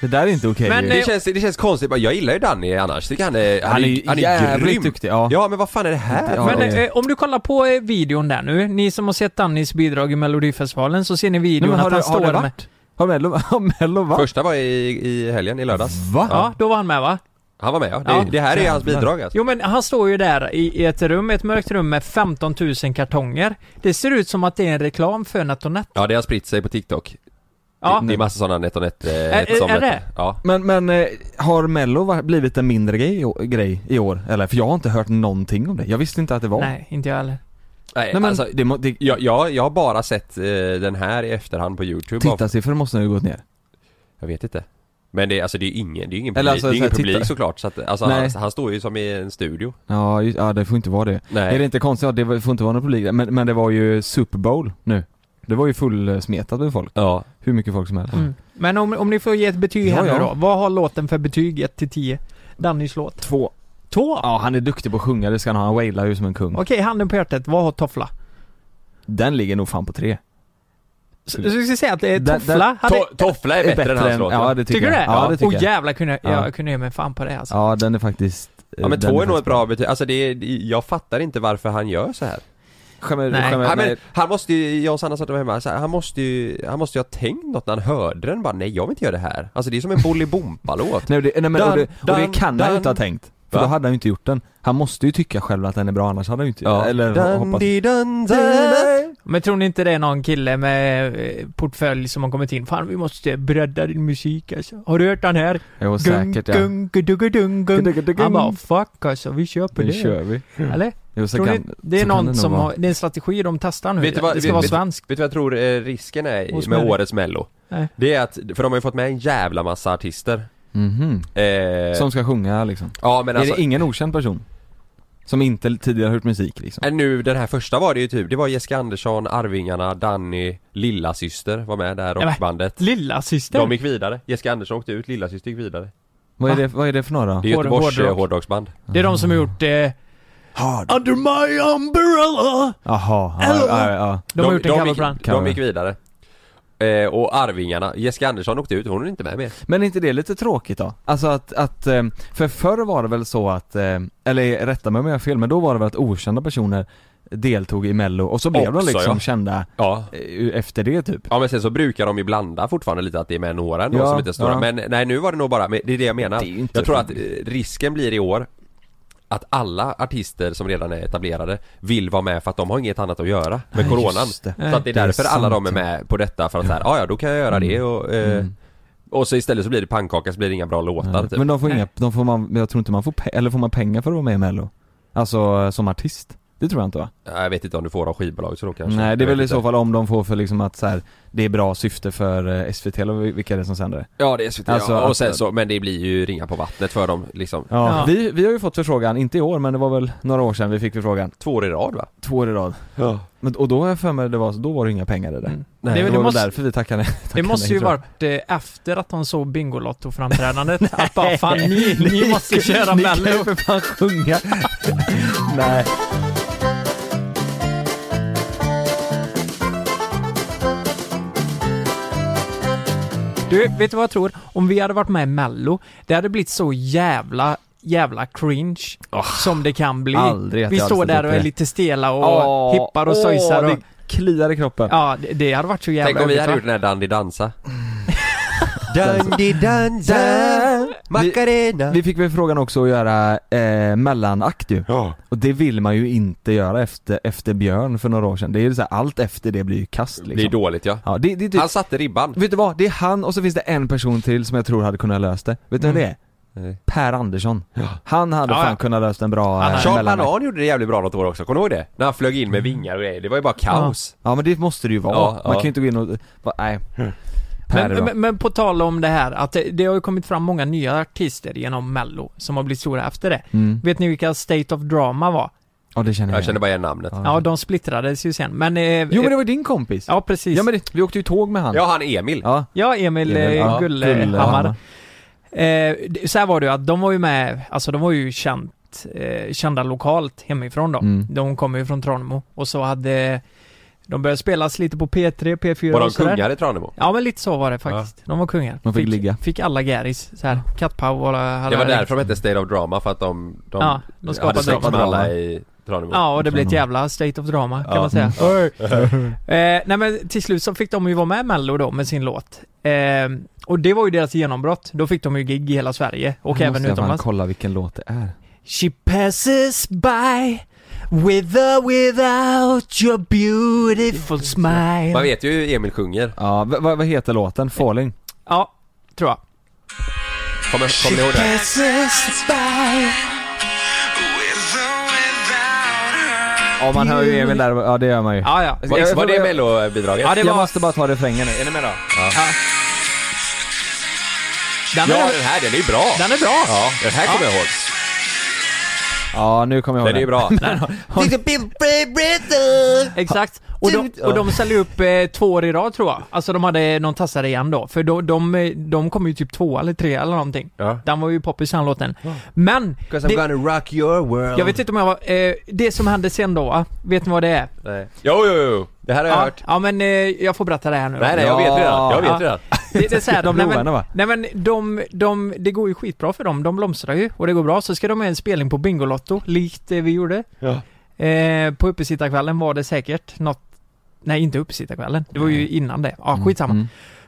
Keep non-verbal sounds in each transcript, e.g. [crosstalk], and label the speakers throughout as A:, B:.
A: Det där är inte okej
B: Men,
A: ju.
B: eh,
C: Det känns, det känns konstigt, bara, jag gillar ju Danny annars, tycker han är,
A: Han är ju jävligt
C: grym.
A: duktig, ja.
C: ja men vad fan är det här?
A: Ja,
B: Men
A: det-
B: eh, om du kollar på eh, videon där nu, ni som har sett Dannys bidrag i Melodifestivalen så ser ni videon
A: Nej, men har,
B: att
A: det, har
B: han står
A: det
B: med.
A: varit? Har Mello, [laughs] har Mello varit?
C: Första var i, i helgen, i lördags.
A: Va?
B: Ja, då var han med va?
C: Han var med ja. Det,
B: Ja.
C: det här är hans
A: Jävlar.
C: bidrag alltså.
B: Jo men han står ju där i i ett rum, ett mörkt rum med 15 000 kartonger. Det ser ut som att det är en reklam för Netonet.
C: Ja det har spritt sig på TikTok.
B: Ja.
C: Det, det är massa sådana Netonet... Eh,
B: Är-
C: som-
B: är det?
C: Ja.
A: Men, men eh, har mello va- blivit en mindre grej, i å- grej i år? Eller? För jag har inte hört någonting om det, jag visste inte att det var
B: Nej, inte jag heller.
C: Nej,
A: Nej men
C: alltså,
A: det, må- det,
C: jag, jag, jag har bara sett eh, den här i efterhand på YouTube. Bara-
A: tittarsiffror måste nu gått ner
C: Jag vet inte. Men det, alltså, det är ingen, det är ingen
A: Eller
C: publik,
A: alltså,
C: det är ingen
A: så här,
C: publik
A: titta-
C: såklart. Så att, alltså,
A: Nej.
C: han, han står ju som i en studio.
A: Ja, ju- ja det får inte vara det.
C: Nej.
A: Är det inte konstigt att det var- får inte vara någon publik där? men, men det var ju Super Bowl nu. Det var ju fullsmetat med folk.
C: Ja.
A: Hur mycket folk som helst.
B: Mm. Men om, om ni får ge ett betyg
A: Ja,
B: här
A: ja.
B: nu då. Vad har låten för betyg 1 till 10? Dannys låt.
A: Två.
B: 2?
A: Ja, han är duktig på att sjunga, det ska han ha. Han wailar ju som en kung.
B: Okej, handen på hjärtat. Vad har Toffla?
A: Den ligger nog fan på tre.
B: Så, så ska jag säga att det är
A: Där-
B: Toffla hade...
C: To, toffla är bättre, än hans låt.
A: Ja,
C: Ja,
A: det tycker,
B: tycker du det?
A: jag. Ja, det tycker
B: Och
A: jag.
B: jävlar kunde jag,
A: Ja.
B: jag kunde ge mig fan på det alltså.
A: Ja, den är faktiskt... eh,
C: ja men
A: den
C: två är nog
A: faktiskt
C: ett bra betyg. Alltså det är, jag fattar inte varför han gör så här.
A: Skämmer,
B: Nej.
A: skämmer,
C: han, men, han måste ju, jag och Sanna satt och var hemma, så här, han måste ju, han måste ju ha tänkt något när han hörde den bara nej jag vill inte göra det här. Alltså det är som en
A: [laughs]
C: Bolibompa-låt.
A: Nej, det, nej men och det, och det
C: Dan,
A: kan han
C: dan.
A: ju inte ha tänkt. För
C: Va?
A: då hade han ju inte gjort den. Han måste ju tycka själv att den är bra annars hade han ju inte,
C: Ja.
A: eller
C: Dun,
A: hoppas
C: di, dun, dun.
B: Men tror ni inte det är någon kille med eh, portfölj som har kommit in? Fan vi måste bredda din musik alltså. Har du hört den här?
A: Jo säkert ja.
B: gung, gung, gung, gung. Han bara 'fuck alltså, vi köper
A: Nu
B: det'
A: kör vi.
B: Eller?
A: Jo, så
B: Tror
A: kan,
B: ni, det är
A: så kan
B: någon
A: nog
B: som
A: vara.
B: har, det är en strategi de testar nu.
C: Vet du vad-
B: det ska
C: vet-
B: vara
C: vet-
B: svenskt.
C: Vet du vad jag tror eh, risken är i-
B: Hos
C: med
B: Mello.
C: årets mello?
B: Nej.
C: Det är att, för de har ju fått med en jävla massa artister.
A: Mhm.
C: Eh,
A: Som ska sjunga liksom.
C: ja men alltså,
A: är det ingen okänd person? Som inte tidigare hört musik liksom?
C: eh, nu den här första var det ju typ, det var Jessica Andersson, Arvingarna, Danny, Lilla syster var med det här
B: Nej, men-
C: rockbandet.
B: Lilla syster.
C: De gick vidare, Jessica Andersson åkte ut, Lilla syster gick vidare.
A: Vad är, det, vad är det för några?
C: Det är
B: Hård-
C: Göteborgs
B: hårdrock.
C: eh, hårdrocksband.
B: Det är de som har gjort eh,
A: Hard.
B: Under my umbrella.
A: Jaha, ja, ja, ja.
B: De, har gjort en
C: gick,
B: coverbrand.
C: de gick vidare. Eh, och Arvingarna, Jessica Andersson åkte ut, hon är inte med mer.
A: Men är inte det lite tråkigt då? Alltså att, att, eh, för förr var det väl så att, eh, eller rätta mig om jag har fel, men då var det väl att okända personer deltog i mello och så blev
C: Också,
A: de liksom
C: ja.
A: kända
C: Ja.
A: eh, efter det typ.
C: Ja men sen så brukar de ju blanda fortfarande lite att det är med några ändå
A: Ja,
C: som inte är stora.
A: ja.
C: Men nej nu var det nog bara, men det är det jag menar.
A: Det är ju inte
C: jag tror att eh,
A: roligt.
C: risken blir i år att alla artister som redan är etablerade vill vara med för att de har inget annat att göra
A: Nej,
C: med coronan.
A: just det.
C: Så att det är
A: Det är
C: därför alla
A: sant. Mm.
C: de är med på detta för att såhär, ja ja då kan jag göra det och, eh, och så istället så blir det pannkaka så blir det inga bra låtar typ.
A: Men de får inga,
B: Nej.
A: de får man, jag tror inte man får, pe- eller får man pengar för att vara med i mello? Alltså eh, som artist? Det tror jag inte va?
C: Ja, Jag vet inte om du får av skivbolag så då kanske.
A: Nej det är
C: Jag
A: väl
C: vet
A: i så
C: inte.
A: fall om de får för liksom att så här, det är bra syfte för eh, SVT eller vil- vilka är det som sänder det?
C: Ja det är SVT,
A: Alltså,
C: ja.
A: att-
C: och sen så, men det blir ju ringa på vattnet för dem liksom.
A: Ja,
B: Ja.
A: Vi, vi har ju fått förfrågan, inte i år men det var väl några år sedan vi fick förfrågan,
C: Två år i rad va?
A: två år i rad
C: Ja.
A: men, Och då har jag för mig det var, då var det inga pengar i det
B: Mm.
A: Nej,
B: Det-
A: det,
B: det
A: var
B: måste-
A: måste... därför vi tackade
B: Det
A: tackade
B: måste ju
A: nej, [laughs] tror jag.
B: varit eh, efter att de såg
A: [laughs]
B: Bingolotto-framträdandet att bara fan ni, ni måste köra
A: Ni kan ju
B: Mello.
A: för fan sjunga Nej
B: Du, vet du vad jag tror? Om vi hade varit med i Mello, det hade blivit så jävla, jävla cringe som det kan bli.
A: Aldrig att
B: vi
A: jag hade
B: står
A: ställt
B: där
A: upp
B: och är
A: det.
B: lite stela och
A: Åh,
B: hippar och
A: åh,
B: sojsar och...
A: det kliar i kroppen
B: Ja, det, det hade varit så jävla
C: Tänk om vi
B: jobbigt,
C: hade
B: va?
C: gjort den här Dandy dansa
A: [laughs]
C: Dandy dansa Macarena
A: Vi fick väl frågan också att göra eh, mellanakt ju
C: Ja
A: Och det vill man ju inte göra efter, efter Björn för några år sedan Det är ju så här, allt efter det blir ju kast liksom.
C: Det är dåligt ja
A: Ja, det, typ det, det,
C: Han satte ribban
A: Vet du vad? Det är han och så finns det en person till som jag tror hade kunnat löst det. Vet du vem det är?
C: Nej.
A: Per Andersson. Han hade
B: Ja,
A: fan
B: ja.
A: kunnat löst en bra
B: Han
A: eh,
B: hade-
C: Sean
A: mellanmatch.
C: Banan gjorde det jävligt bra något år också, kommer du ihåg det? När han flög in med vingar och grejer, det var ju bara kaos
A: Mm. Ja men det måste det ju vara.
C: Ja,
A: Man
C: ja.
A: kan ju inte gå in och, bara, nej. Per är
B: men,
A: bra.
B: men, men på tal om det här, att det, det har ju kommit fram många nya artister genom Mello som har blivit stora efter det.
A: Mm.
B: Vet ni vilka State of Drama var?
A: Ja det känner jag,
C: Jag känner
A: igen.
C: bara igen namnet
A: Ja.
B: Ja, de splittrades ju sen, men... Eh,
A: Jo men det var ju din kompis.
B: Ja, precis.
A: Ja men det, vi åkte ju tåg med han.
C: Ja han Emil
A: Ja.
B: Ja, Emil, eh,
A: Emil,
B: Emil
A: ja.
B: Gullhammar.
A: Gullhammar.
B: Eh, det- så här var det ju att de var ju med, alltså de var ju känt, eh, kända lokalt hemifrån då.
A: Mm.
B: De kom ju från Tranemo och så hade De började spelas lite på P3, P4
C: Var de
B: och sådär.
C: kungar i Tranemo?
B: Ja men lite så var det faktiskt. De var kungar.
A: De fick ligga.
B: Fick alla Garris så här. Kattpav och alla alla-
C: Det var därför de hette State of Drama, för att de, de,
B: Ja, de skapade
C: hade sex med
A: drama.
C: alla i Tranemo
B: Ja, och det blev ett jävla state of drama kan
C: Ja. Mm.
B: man säga.
C: [laughs]
A: Oj.
B: Eh, nej men till slut så fick de ju vara med i Mello då med sin låt. Eh, och det var ju deras genombrott. Då fick de ju gig i hela Sverige och
A: Nu
B: även
A: måste jag fan
B: utomlands.
A: kolla vilken låt det är.
B: She passes by with or without your beautiful
C: Man
B: smile.
C: vet ju hur Emil sjunger.
A: Ja, v- vad vad heter låten? Falling?
B: Ja, tror jag.
C: Kommer, kommer ni ihåg det?
B: passes by.
A: Ja man hör ju Emil där, ja det gör man ju.
B: Ja, ja.
A: Var-
C: Var, var
A: jag-
C: det
A: jag-
C: mellobidraget?
B: Ja, det
A: Jag
B: var...
A: måste bara ta refrängen nu, är ni med då?
B: Den
C: Ja,
B: är,
C: den här, den är ju bra!
B: den är bra.
C: Ja, den här kommer jag ihåg.
A: Ja nu kommer jag ihåg
C: Den är ju bra.
B: Exakt. Och de, och de säljer upp eh, två år i rad tror jag. Alltså de hade någon tassare igen då. För de, de, eh, de kom ju typ två eller tre eller någonting.
C: Ja.
B: Den var ju poppis den låten. Men, det,
C: gonna rock your world.
B: jag vet inte om jag var, eh, det som hände sen då va? Vet ni vad det är?
C: Nej. Jo, jo, jo. Det här har jag
B: Ja,
C: hört.
B: ja men eh, jag får berätta det här nu då.
C: Nej, nej, jag
A: Ja.
C: vet redan. Jag
B: Ja.
C: vet redan.
B: Det, det är så här,
A: De
B: nej,
A: blir ovänner,
B: men,
A: va?
B: nej men de, de, det går ju skitbra för dem. De blomstrar ju och det går bra. Så ska de ha en spelning på Bingolotto, likt det vi gjorde. Eh, på uppesittarkvällen var det säkert något... Nej, inte uppesittarkvällen. Det var ju innan det. Ja, skitsamma.
A: Mm.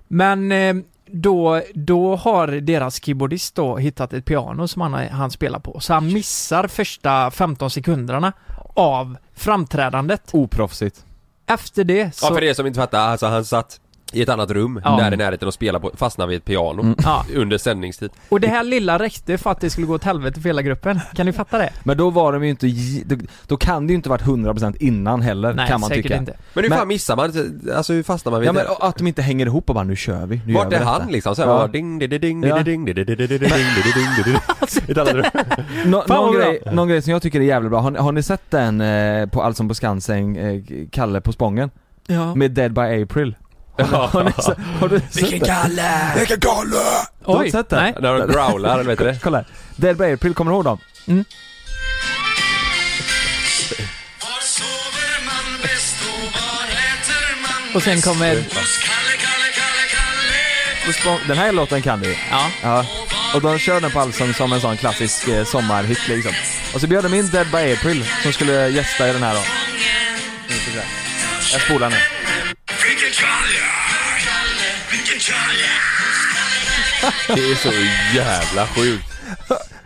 B: Men eh, då, då har deras keyboardist då hittat ett piano som han, han spelar på. Så han missar första 15 sekunderna av framträdandet.
A: Oproffsigt.
B: Efter det så...
C: Ja, för er som inte fattar, alltså han satt i ett annat rum,
B: Ja.
C: där i närheten och spelade på, fastnade vid ett piano.
B: Ja.
C: Under sändningstid.
B: Och det här lilla räckte för att det skulle gå åt helvete för hela gruppen. Kan ni fatta det?
A: Men då var de ju inte, j- då, då kan det ju inte varit 100% innan heller
B: Nej,
A: kan man
B: säkert
A: tycka.
B: inte.
C: Men hur
A: Men-
C: fan missar man? Alltså hur fastnar man vid
A: Ja men
C: det?
A: och att de inte hänger ihop och bara nu kör vi, nu gör
C: Vart
A: vi
C: är
A: detta.
C: han liksom? Såhär
A: Ja.
C: bara ding ding ding ding
A: Ja.
C: ding ding ding ding ding ding ding Ett annat rum.
A: Nå,
B: Fan,
A: någon,
B: vad
A: grej, någon grej som jag tycker är jävligt bra, har, ni- har ni sett den eh, på Allsång på Skansen, eh, Kalle på Spången?
B: Ja.
A: Med Dead by April?
C: Ja.
A: Har, ni, se- har du sett den?
B: Kalle! Vilken Kalle!
A: Du har inte sett den?
B: Nej.
C: När de growlar, eller vet du det?
A: Kolla här. Dead by April, kommer du ihåg dem?
D: Var sover man bäst och var äter man
B: Och sen kommer...
D: bäst? Kalle, Kalle, Kalle, Kalle
A: På Spång- Den här låten kan du ju.
B: Ja.
A: Ja, och de kör den på Allsång som en sån klassisk eh, sommarhit liksom. Och så bjöd de in Dead by April som skulle gästa i den här då. Nu ska vi se. Jag spolar nu.
D: Vilken Kalle, Kalle, vilken Kalle
C: Det är så jävla sjukt.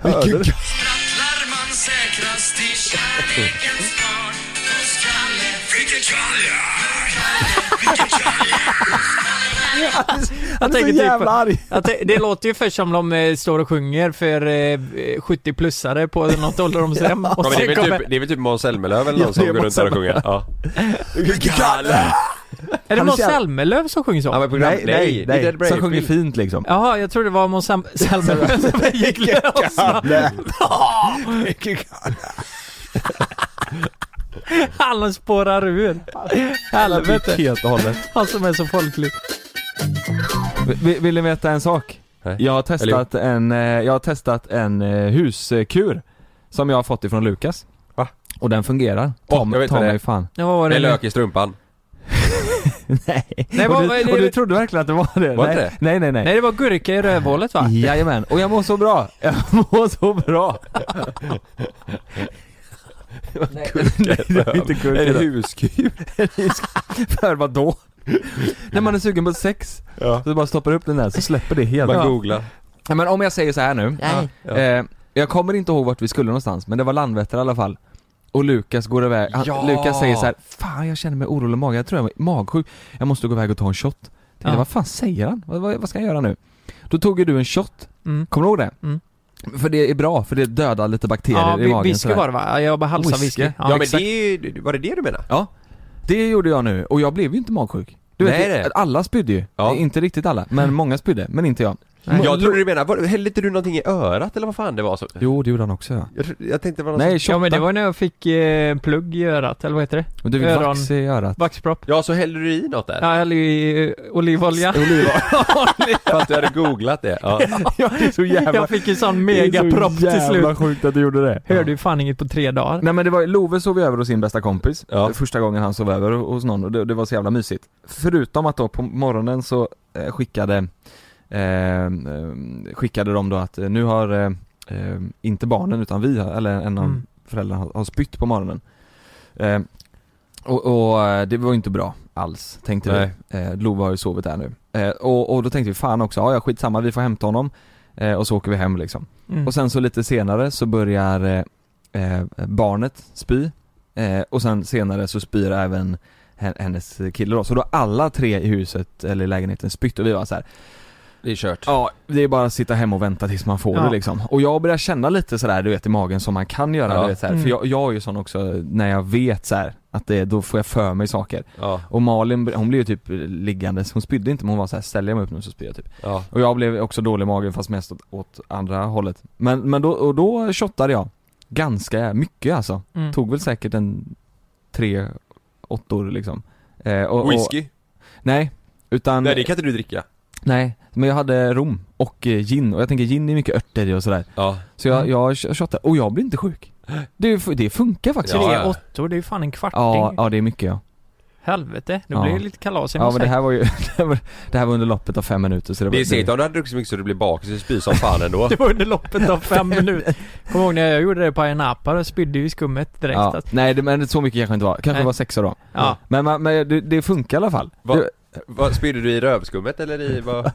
D: Rattlar man säkrast i kärlekens garn Hos Kalle, vilken Kalle, vilken Kalle
B: Jag
A: så
B: tänker typ
A: jävla arg.
B: att det, det låter ju först som de eh, står och sjunger för eh, 70-plussare på något ålderdomshem. Och
C: Ja, men det, är
B: sen kommer...
C: väl typ, det är väl typ Måns Zelmerlöw eller
A: Ja,
C: någon som
A: det är
C: går runt där och
A: Måns
C: sjunger? Ja. Kalle!
B: Är det
A: Han är
B: Måns
A: så jävla-
B: Zelmerlöw som sjunger
C: Han var
B: så?
C: i program...
A: Nej, nej,
C: det är
A: nej.
C: Dead by
A: Som sjunger
C: April.
A: fint liksom.
B: Jaha, jag tror det var Måns
A: [laughs]
B: Zem- Zelmerlöw som gick lös. [laughs] Han spårar ur. Helvete.
A: Helt och hållet.
B: Han som är så folklig.
A: Vill, vill ni veta en sak?
C: Nej.
A: Jag har testat en, eh, jag har testat en eh, huskur som jag har fått ifrån Lukas.
C: Va?
A: Och den fungerar.
C: Åh,
A: Ta,
C: jag vet
A: ta
C: vad det
A: mig
C: är.
A: fan.
B: Ja, vad var
C: Det
B: det
C: är
B: nu?
C: lök i strumpan.
A: Nej.
B: Nej,
A: och,
B: vad-
A: du,
B: vad är det
A: och du
B: du-
A: trodde verkligen att det var det?
C: Var
A: nej.
C: inte det?
A: nej, nej, nej.
B: Nej, det var gurka i rövhålet va?
A: Jajamän, och jag mår så bra. Jag [laughs] mår så bra. Nej, [laughs] det var inte
C: Är det
A: gurka.
C: huskur?
A: För vadå? När man är sugen på sex,
C: Ja.
A: så du bara stoppar upp den där så släpper det helt.
C: Man googlar.
A: Ja, men om jag säger så här nu.
C: Ja.
A: Eh, jag kommer inte ihåg vart vi skulle någonstans, men det var Landvetter i alla fall. Och Lukas går iväg, han,
C: Ja.
A: Lukas säger så här, Fan jag känner mig orolig i magen, jag tror jag är magsjuk. Jag måste gå iväg och ta en shot. Tänkte,
B: Ja.
A: Vad fan säger han? Vad, vad, vad ska jag göra nu? Då tog ju du en shot,
B: Mm.
A: kommer du ihåg det?
B: Mm.
A: För det är bra, för det dödar lite bakterier
B: Ja,
A: i
B: vi-
A: magen.
B: whisky
A: sådär.
B: var det va? Jag bara halsar
A: Whisky.
B: whisky.
A: Ja,
C: Ja men det
A: exakt.
C: är ju... Var det det du menar?
A: Ja, det gjorde jag nu och jag blev ju inte magsjuk. Du
C: Nej,
A: vet,
C: det.
A: alla spydde ju.
C: Ja.
A: Inte riktigt alla, men många spydde, men inte jag.
B: Nej.
C: Jag trodde du menade, vad- hällde inte du någonting i örat eller vad fan det var? Så,
A: Jo, det gjorde han också ja.
C: jag, tro- jag tänkte det var någon
A: Nej,
B: [laughs]
C: som-
B: Ja men det
A: tjotta.
B: var när jag fick eh, plugg i örat, eller vad heter det?
A: Men du fick
B: öron-
A: vax i örat.
B: Vaxpropp?
C: Ja, så hällde du i något där?
B: Ja, eller i eh, olivolja.
C: [laughs] För att du hade googlat det? Ja.
A: [laughs] Ja, det är så
B: jag fick ju sån megapropp till slut.
A: sjukt att du gjorde det.
B: Hörde ju fan inget på tre dagar.
A: Nej men det var, Love sov ju över hos sin bästa kompis,
C: Ja.
A: första gången han sov över hos någon och det, det var så jävla mysigt. Förutom att då på morgonen så eh, skickade, eh, eh, skickade de då att eh, nu har, eh, eh, inte barnen utan vi, har- eller en av
B: Mm.
A: föräldrarna har, har spytt på morgonen. Eh, och, och eh, det var ju inte bra alls, tänkte
C: Nej.
A: vi. Eh, Love har ju sovit där nu. Eh, och, och då tänkte vi fan också, ja ja, skitsamma vi får hämta honom eh, och så åker vi hem liksom.
B: Mm.
A: Och sen så lite senare så börjar eh, eh, barnet spy eh, och sen senare så spyr även hen- hennes kille då. Så då har alla tre i huset eller i lägenheten spytt och vi var så här.
C: Det är kört.
A: Ja, det är bara att sitta hemma och vänta tills man får
B: Ja.
A: det liksom. Och jag börjar känna lite sådär du vet i magen som man kan göra
C: Ja.
A: du vet, så här.
B: Mm.
A: För jag, jag är ju sån också när jag vet så här att det, då får jag för mig saker.
C: Ja,
A: Och Malin, hon blev ju typ liggandes, hon spydde inte men hon var så här: ställer jag mig upp nu så spyr jag typ.
C: ja.
A: Och jag blev också dålig i magen fast mest åt, åt andra hållet. Men, men då, och då shottade jag ganska mycket alltså.
B: Mm.
A: Tog väl säkert en tre åttor liksom. Eh, och, och-
C: Whisky?
A: nej, utan,
C: Nej det
A: nej,
C: kan inte du dricka.
A: men jag hade rom och eh, gin och jag tänker gin är mycket örter i och sådär.
C: Ja.
A: Så jag,
B: Mm.
A: jag shottade, och jag blir inte sjuk. Det, fu- det funkar faktiskt.
C: Ja,
B: Tre
C: ja.
B: åttor, det är ju fan en kvarting.
A: Ja, ja det är mycket ja.
B: Helvete, nu
A: Ja.
B: blir det lite kalas hemma
A: Ja
B: hos
A: men det
B: dig.
A: här var ju, [laughs] det här var- det här var under loppet av fem minuter så det var
C: Det Typ. är segt om du hade druckit så mycket så du blir bakis och spyr som fan ändå. [laughs]
B: Det var [laughs] under loppet
A: [laughs]
B: av fem minuter. Kommer ihåg när jag gjorde det på Ayia Napa, då spydde ju skummet direkt.
A: Ja,
B: Alltså.
A: nej det, men så mycket kanske inte var, kanske
B: Nej.
A: var sexa då.
B: Ja.
A: Men, man- men det, det funkar i alla fall.
C: Va?
A: Det,
C: Vad, spydde du i rövskummet eller i vad?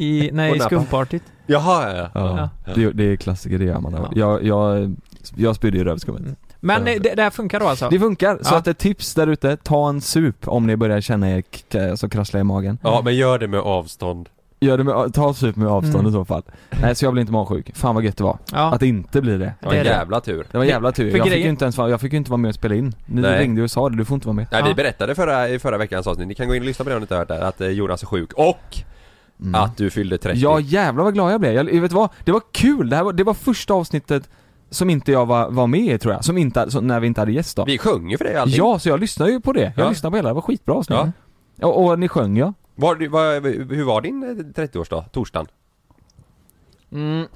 B: I, nej,
C: [laughs] Och
B: i
C: Napa.
B: skumpartyt.
C: [laughs] Jaha ja, ja.
A: ja. Det, det är klassiker, det gör man.
B: Ja.
A: Jag, jag, jag spydde i rövskummet.
B: Mm. Men eh, det, det här funkar då alltså?
A: Det funkar, så
B: Ja.
A: att ett tips där ute, ta en sup om ni börjar känna er k- så krassla i magen.
C: Ja men gör det med avstånd.
A: Gör det med, ta en sup med avstånd
B: Mm.
A: i så fall. Nej, så jag blir inte magsjuk. Fan vad gött det var.
B: ja.
A: Att inte bli det.
C: Det var en
B: Det är det.
C: jävla tur.
A: Det var en jävla tur.
B: För
A: Jag fick, ju
B: grejen-
A: inte ens, vara- jag fick ju inte vara med och spela in. Ni
C: Nej.
A: ringde och sa det, du får inte vara med.
C: Nej vi
B: Ja.
C: berättade förra, i förra veckans avsnitt, ni kan gå in och lyssna på det om ni inte har hört det, här, att eh, Jonas är sjuk och
A: Mm.
C: att du fyllde 30.
A: Ja jävlar vad glad jag blev. Jag, jag vet vad? Det var kul. Det, här var, det var första avsnittet som inte jag var, var med i tror jag. Som inte, som, när vi inte hade gäst då.
C: Vi sjöng ju för dig och allting.
A: Ja, så jag lyssnade ju på det. Jag
C: Ja.
A: lyssnade på hela, det var skitbra avsnitt.
C: Ja.
A: Och, och ni sjöng ja.
C: Var, du- var, hur var din eh, 30-årsdag? Torsdagen?
A: Mm.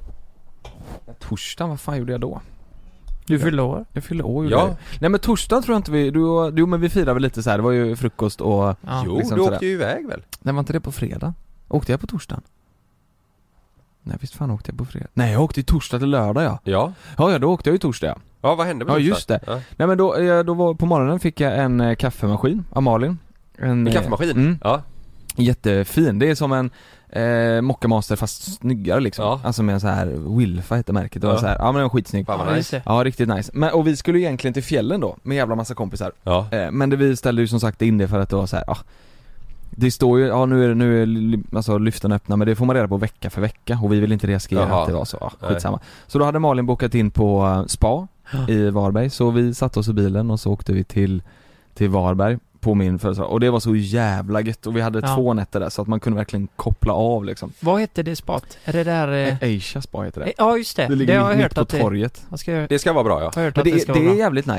A: Torsdagen, vad fan gjorde jag då?
B: Du fyllde år?
A: Jag fyllde år gjorde
C: Ja.
A: jag. Nej men torsdagen tror jag inte vi, du, du men vi firade väl lite så här. det var ju frukost och,
B: Ja.
C: jo,
A: liksom
C: du
A: sådär.
C: åkte ju iväg väl?
A: nej var inte det på fredag? Åkte jag på torsdagen? Nej visst fan åkte jag på fredag? Nej jag åkte ju torsdag till lördag ja.
C: Ja.
A: Ja ja, då åkte jag ju torsdag ja.
C: Ja vad hände på
A: Ja,
C: torsdagen?
A: just det.
C: Ja.
A: Nej men då, eh, då var, på morgonen fick jag en eh, kaffemaskin av Malin. En,
C: En
A: eh,
C: kaffemaskin?
A: Mm,
C: Ja.
A: jättefin. Det är som en eh, Mocca Master fast snyggare liksom.
C: Ja.
A: Alltså med en så här Wilfa heter märket. Det var
C: Ja.
A: så här, ja men den var skitsnygg.
C: Fan vad
B: Ja,
C: nice.
B: just det.
A: Ja riktigt nice. Men, och vi skulle ju egentligen till fjällen då med jävla massa kompisar.
C: Ja.
A: Eh, men det, vi ställde ju som sagt in det för att det var så här, ah, det står ju, ja nu är, det- nu är li- alltså, lyften öppna men det får man reda på vecka för vecka och vi vill inte riskera
C: Jaha.
A: att det var så, ah,
C: Nej.
A: skitsamma. Så då hade Malin bokat in på eh, spa i Varberg så vi satte oss i bilen och så åkte vi till, till Varberg på min födelsedag och det var så jävla gött och vi hade
B: Ja.
A: två nätter där så att man kunde verkligen koppla av liksom.
B: Vad hette det spat? Är det där... eh,
A: Asia spa heter det.
B: Ja, just det.
A: Det
B: Det,
A: ligger
B: har jag
A: mitt- mitt
B: hört
A: på
B: att det...
A: torget.
B: Jag ska, jag
C: Det ska vara bra ja.
B: har hört
A: Men
B: att det,
A: det,
B: ska
A: är- det
B: vara
A: är
B: bra.
A: jävligt nice.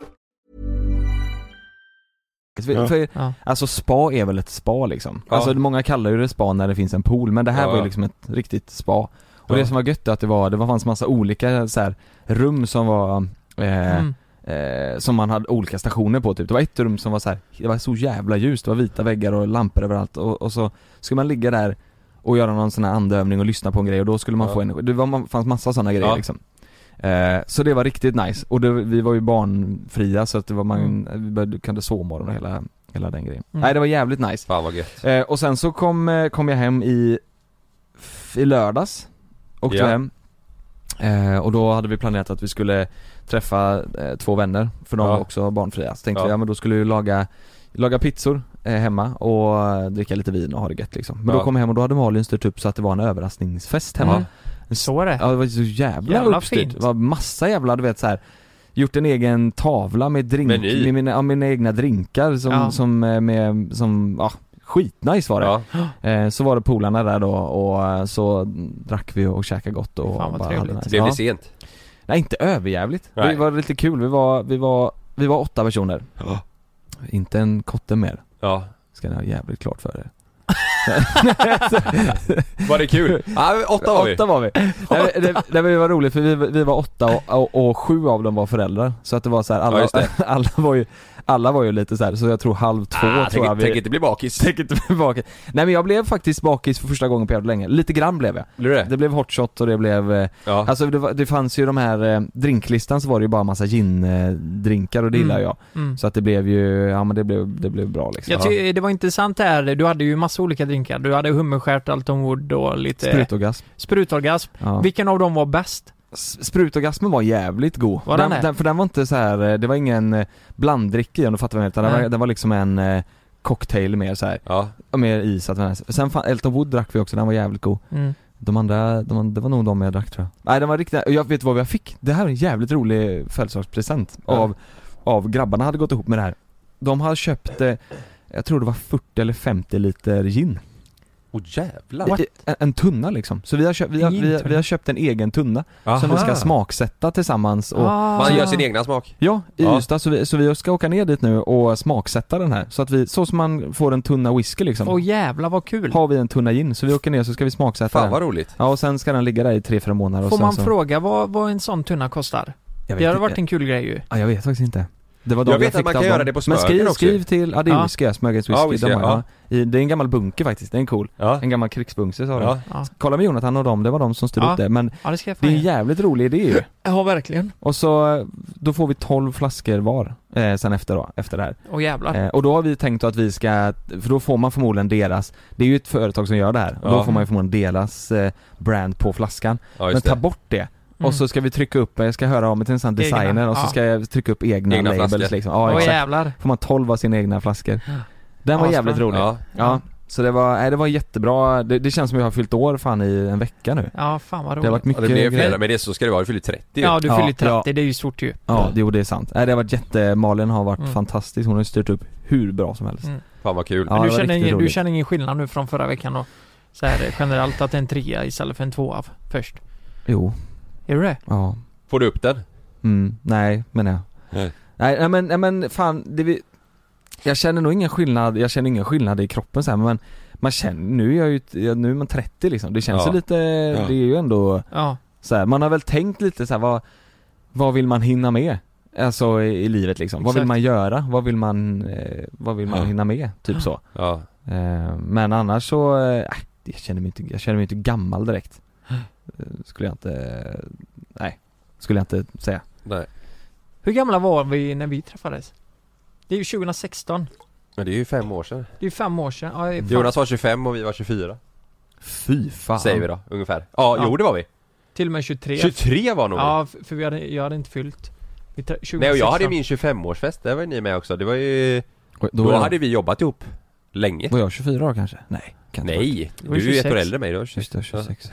A: För, för,
B: Ja.
A: Alltså spa är väl ett spa liksom?
C: Ja.
A: Alltså många kallar ju det spa när det finns en pool, men det här
C: Ja.
A: var ju liksom ett riktigt spa. Och
C: Ja.
A: det som var gött är att det var, det var- fanns massa olika så här, rum som var eh,
B: Mm.
A: eh, Som man hade olika stationer på typ. Det var ett rum som var så här, det var så jävla ljust, det var vita väggar och lampor överallt och, och så skulle man ligga där och göra någon sån här andövning och lyssna på en grej och då skulle man
C: Ja.
A: få energi. Det var, man, fanns massa sådana grejer
C: Ja.
A: liksom. Eh, så
C: Mm.
A: det var riktigt nice, och det, vi var ju barnfria så att det var man, vi började, kunde sovmorgon och hela hela den grejen.
B: Mm.
A: Nej det var jävligt nice.
C: Fan vad gött.
A: Eh, och sen så kom, eh, kom jag hem i, f- i lördags, åkte
C: Ja.
A: hem eh, Och då hade vi planerat att vi skulle träffa eh, två vänner, för de
C: Ja.
A: var också barnfria Så tänkte
C: Ja.
A: vi, ja men då skulle vi laga, laga pizzor eh, hemma och eh, dricka lite vin och ha det gött liksom Men
C: Ja.
A: då kom jag hem och då hade Malin styrt upp så att det var en överraskningsfest hemma
B: Mm. Så var det.
A: Ja det var så jävla,
B: Jävla
A: uppstyrt,
B: fint.
A: det var massa jävla du vet så här. Gjort en egen tavla med drink,
C: Meny.
A: med mina, ja, mina egna drinkar som,
B: Ja.
A: som, eh, med, som, ja, skitnice var det.
C: Ja.
A: Eh, så var det polarna där då och eh, så drack vi och käkade gott och
B: Fan, vad
A: bara
B: trevligt.
A: hade nice.
C: Blev
A: ja.
C: det sent?
A: Nej inte överjävligt.
C: Nej.
A: Det var lite kul, vi var, vi var, vi var åtta personer. Inte en kotte mer,
C: Ja.
A: ska ni ha jävligt klart för er.
B: [laughs]
A: [laughs]
C: Var det kul? [laughs] Ja, åtta var vi.
A: Åtta var
C: [laughs]
A: vi. Nej, men det, det, det var roligt för vi, vi var åtta och, och, och sju av dem var föräldrar. Så att det var så här,
C: Ja,
A: alla,
C: just det.
A: [laughs] alla var ju, alla var ju lite så här, så jag tror halv två
C: Ah,
A: tror jag
C: tänk, tänk
A: vi
C: inte bli bakis.
A: [laughs] Tänk inte bli bakis. Nej men jag blev faktiskt bakis för första gången på jävligt länge. Lite grann blev jag.
C: Blir det?
A: Det blev hot shot och det blev, eh,
C: Ja.
A: alltså det, var, det fanns ju de här, eh, drinklistan så var det ju bara massa gin-drinkar och det gillar
B: Mm.
A: jag.
B: Mm.
A: Så att det blev ju, ja men det blev, det blev bra liksom.
B: Jag ty- det var intressant det här, du hade ju massa olika drinkar. Du hade hummerstjärt, Alton Wood och lite
A: Sprutorgasm.
B: sprutorgasm.
A: Ja.
B: Vilken av dem var bäst?
A: S- Sprutorgasmen var jävligt god.
B: Var den det?
A: för den var inte så här, eh, det var ingen eh, blanddricka i om du fattar vad jag menar, utan
B: Nej.
A: den var, den var liksom en eh, cocktail mer så här,
C: Ja.
A: och mer is att den Sen fan, Elton Wood drack vi också, den var jävligt god.
B: Mm.
A: De andra, de, an- det var nog de jag drack tror jag. Nej den var riktigt, jag vet vad jag fick? Det här är en jävligt rolig födelsedagspresent
C: Ja.
A: av, av grabbarna hade gått ihop med det här. De hade köpt, eh, jag tror det var 40 eller 50 liter gin.
C: Åh jävlar.
A: I- En, en tunna liksom. Så vi har, köpt, vi, har,
B: En
A: vi, har,
B: gintunna.
A: vi har köpt en egen tunna som vi ska
C: Aha.
A: smaksätta tillsammans och
B: Ah.
C: Man gör sin egna smak.
A: Ja, i
C: Ja.
A: Ystad, så vi, så vi ska åka ner dit nu och smaksätta den här. Så att vi, så som man får en tunna whisky liksom.
B: Åh jävlar vad kul.
A: Har vi en tunna gin, så vi åker ner så ska vi smaksätta
C: Fan
A: den.
C: vad roligt.
A: Ja och sen ska den ligga där i 3-4 månader och
B: Får
A: sen
B: man
A: så...
B: fråga vad, vad en sån tunna kostar?
A: Jag
B: Det
A: vet
B: hade
A: inte.
B: varit en kul grej ju.
A: Ja, jag vet faktiskt inte. Det var då
C: Jag vet att
A: fick
C: man
A: av
C: kan
A: dem.
C: göra det på
A: Men
C: Smögen
A: skriv,
C: också.
A: skriv till, ja det
B: Ja.
A: är whisky, ja, Smögens whisky.
C: Ja, whisky,
A: de har,
C: ja.
A: I, det är en gammal bunker faktiskt, det är en cool.
C: Ja.
A: En gammal krigsbunker sa de.
C: Ja.
B: Ja,
A: Kolla med Jonathan och dem, det var de som stod
B: Ja.
A: upp det. Men
B: ja det ska jag
A: det är
B: fan
A: en
B: göra.
A: jävligt rolig idé ju.
B: Ja, verkligen.
A: Och så, eh, då får vi 12 flaskor var, eh, sen efter då, efter det här.
B: Åh jävlar.
A: Eh, och då har vi tänkt att vi ska, för då får man förmodligen deras, det är ju ett företag som gör det här, och
C: Ja.
A: då får man ju förmodligen deras eh, brand på flaskan.
C: Ja,
A: Men
C: just
A: ta
C: det.
A: bort det. Eh, Och så ska vi trycka upp, jag ska höra av mig till en sån
B: Mm. Egna,
A: designer och så
B: ja.
A: ska jag trycka upp egna,
C: Egna
A: labels
C: flaskor.
A: liksom. Ja,
B: Åh
A: exakt.
B: jävlar.
A: Får man 12 av sina egna flaskor. Den var
B: Ja,
A: jävligt
B: fan.
A: rolig. Ja.
C: Ja.
A: Så det var, nej, det var jättebra, det, det känns som jag har fyllt år fan i en vecka nu.
B: Ja, fan vad
A: Det har
B: roligt.
A: varit
C: Ja,
A: mycket
C: det blev
A: grejer.
C: flera, men det är så ska det vara. Du fyller 30 ju.
B: Ja, du
A: Ja,
B: fyller 30,
A: ja.
B: det är ju stort ju.
A: Ja, det, jo det är sant. Nej, det har varit jätte, Malin har varit
B: Mm.
A: fantastisk, hon har ju styrt upp hur bra som helst.
B: Mm.
C: Fan vad kul.
A: Ja,
B: Men
A: det
B: du,
A: var
B: känner
A: riktigt
B: ingen, du
A: roligt.
B: känner ingen skillnad nu från förra veckan då? Så här generellt att det är en trea istället för en tvåa först?
A: Jo,
B: Är du det?
A: ja.
C: Får du upp den?
A: Mm, nej menar jag.
C: Nej.
A: Nej. Nej, men, nej men fan, det vi... Jag känner nog ingen skillnad, jag känner ingen skillnad i kroppen så här, men man känner, nu är jag ju, ja, nu är man 30 liksom, det känns
C: Ja.
A: ju lite, det är ju ändå
B: Ja.
A: så här, man har väl tänkt lite så här, vad, vad vill man hinna med? Alltså i, i livet liksom, vad vill
B: Exakt.
A: man göra? Vad vill man, eh, vad vill man
C: Ja.
A: hinna med? Typ så.
C: Ja.
A: Eh, men annars så, eh, äh, jag känner mig inte, jag känner mig inte gammal direkt. Eh, Skulle jag inte, nej, skulle jag inte säga.
C: Nej.
B: Hur gamla var vi när vi träffades? Det är ju 2016.
C: Men det är ju fem år sedan.
B: Det är ju fem år sedan. Ja, det är fan.
C: Jonas var 25 och vi var 24.
A: Fy fan.
C: Säger vi då, ungefär. Ja,
B: Ja.
C: jo det var vi.
B: Till och med 23.
C: 23 var nog vi.
B: Ja, f- för vi hade, jag hade inte fyllt. Vi tra- 2016.
C: Nej och jag hade min 25-årsfest, där var ju ni med också. Det var ju...
A: Oj, Då,
C: Då,
A: var jag-
C: hade vi jobbat ihop. Länge.
A: Var jag 24 år kanske? Nej, kan inte vara.
C: Nej,
B: var ju
C: du är ju ett år
B: 26.
C: äldre än [laughs] mig. Du var 26.
A: Just det, 26.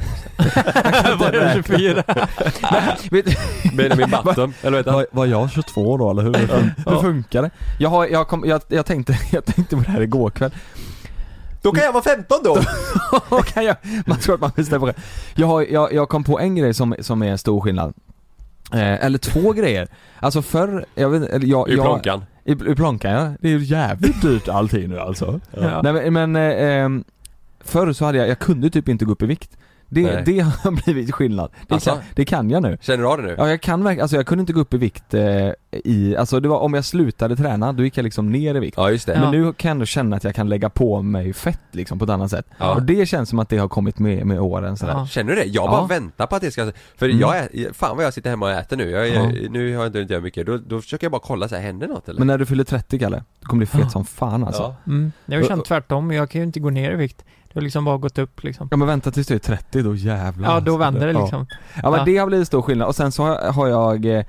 B: Var det 24?
A: Vet, [laughs]
C: Benjamin Button, eller vet han?
A: var, var jag 22 då eller hur, hur
C: [laughs] Ja.
A: funkar det? Jag, har, jag, kom, jag, jag, tänkte, [laughs] jag tänkte på det här igår
C: [laughs]
A: kväll.
C: Då kan jag vara 15 då!
A: kan jag, man tror att man bestämmer det. Jag, har, jag, jag kom på en grej som, som är en stor skillnad. Eh, eller två [laughs] grejer. Alltså förr, jag vet eller jag,
C: I
A: jag,
C: plånkan.
A: I, i plånkan ja. Det är ju jävligt dyrt allting nu alltså.
B: Ja.
A: ehm, Nej men, men eh, eh, förr så hade jag, jag kunde typ inte gå upp i vikt. Det,
C: Nej.
A: det [laughs] har blivit skillnad. Det,
C: Alltså?
A: kan, det kan jag nu.
C: Känner du av det nu?
A: Ja jag kan verkligen, alltså jag kunde inte gå upp i vikt eh, i, alltså det var om jag slutade träna, då gick jag liksom ner i vikt.
C: Ja, just det.
A: Men nu kan jag ändå känna att jag kan lägga på mig fett liksom på ett annat sätt.
C: Ja.
A: Och det känns som att det har kommit med med åren sådär.
B: Ja.
C: Känner du det? Jag bara
A: Ja. Mm.
C: väntar på att det ska... För jag är, fan vad jag sitter hemma och äter nu. Jag, är- Nu har jag inte hunnit göra mycket. Då, då försöker jag bara kolla så här, händer något eller?
A: Men när du fyller 30 Kalle, du kommer bli fet
B: Ja.
A: som fan alltså. Ja.
C: ja.
B: Mm. Jag har ju känt tvärtom, jag kan ju inte gå ner i vikt. Det har liksom bara gått upp liksom.
A: men vänta tills du är 30 då jävlar.
B: Ja, då
A: alltså.
B: vänder det
A: Ja.
B: liksom.
A: Ja men
B: Ja.
A: det har blivit stor skillnad och sen så har jag, har jag, eh,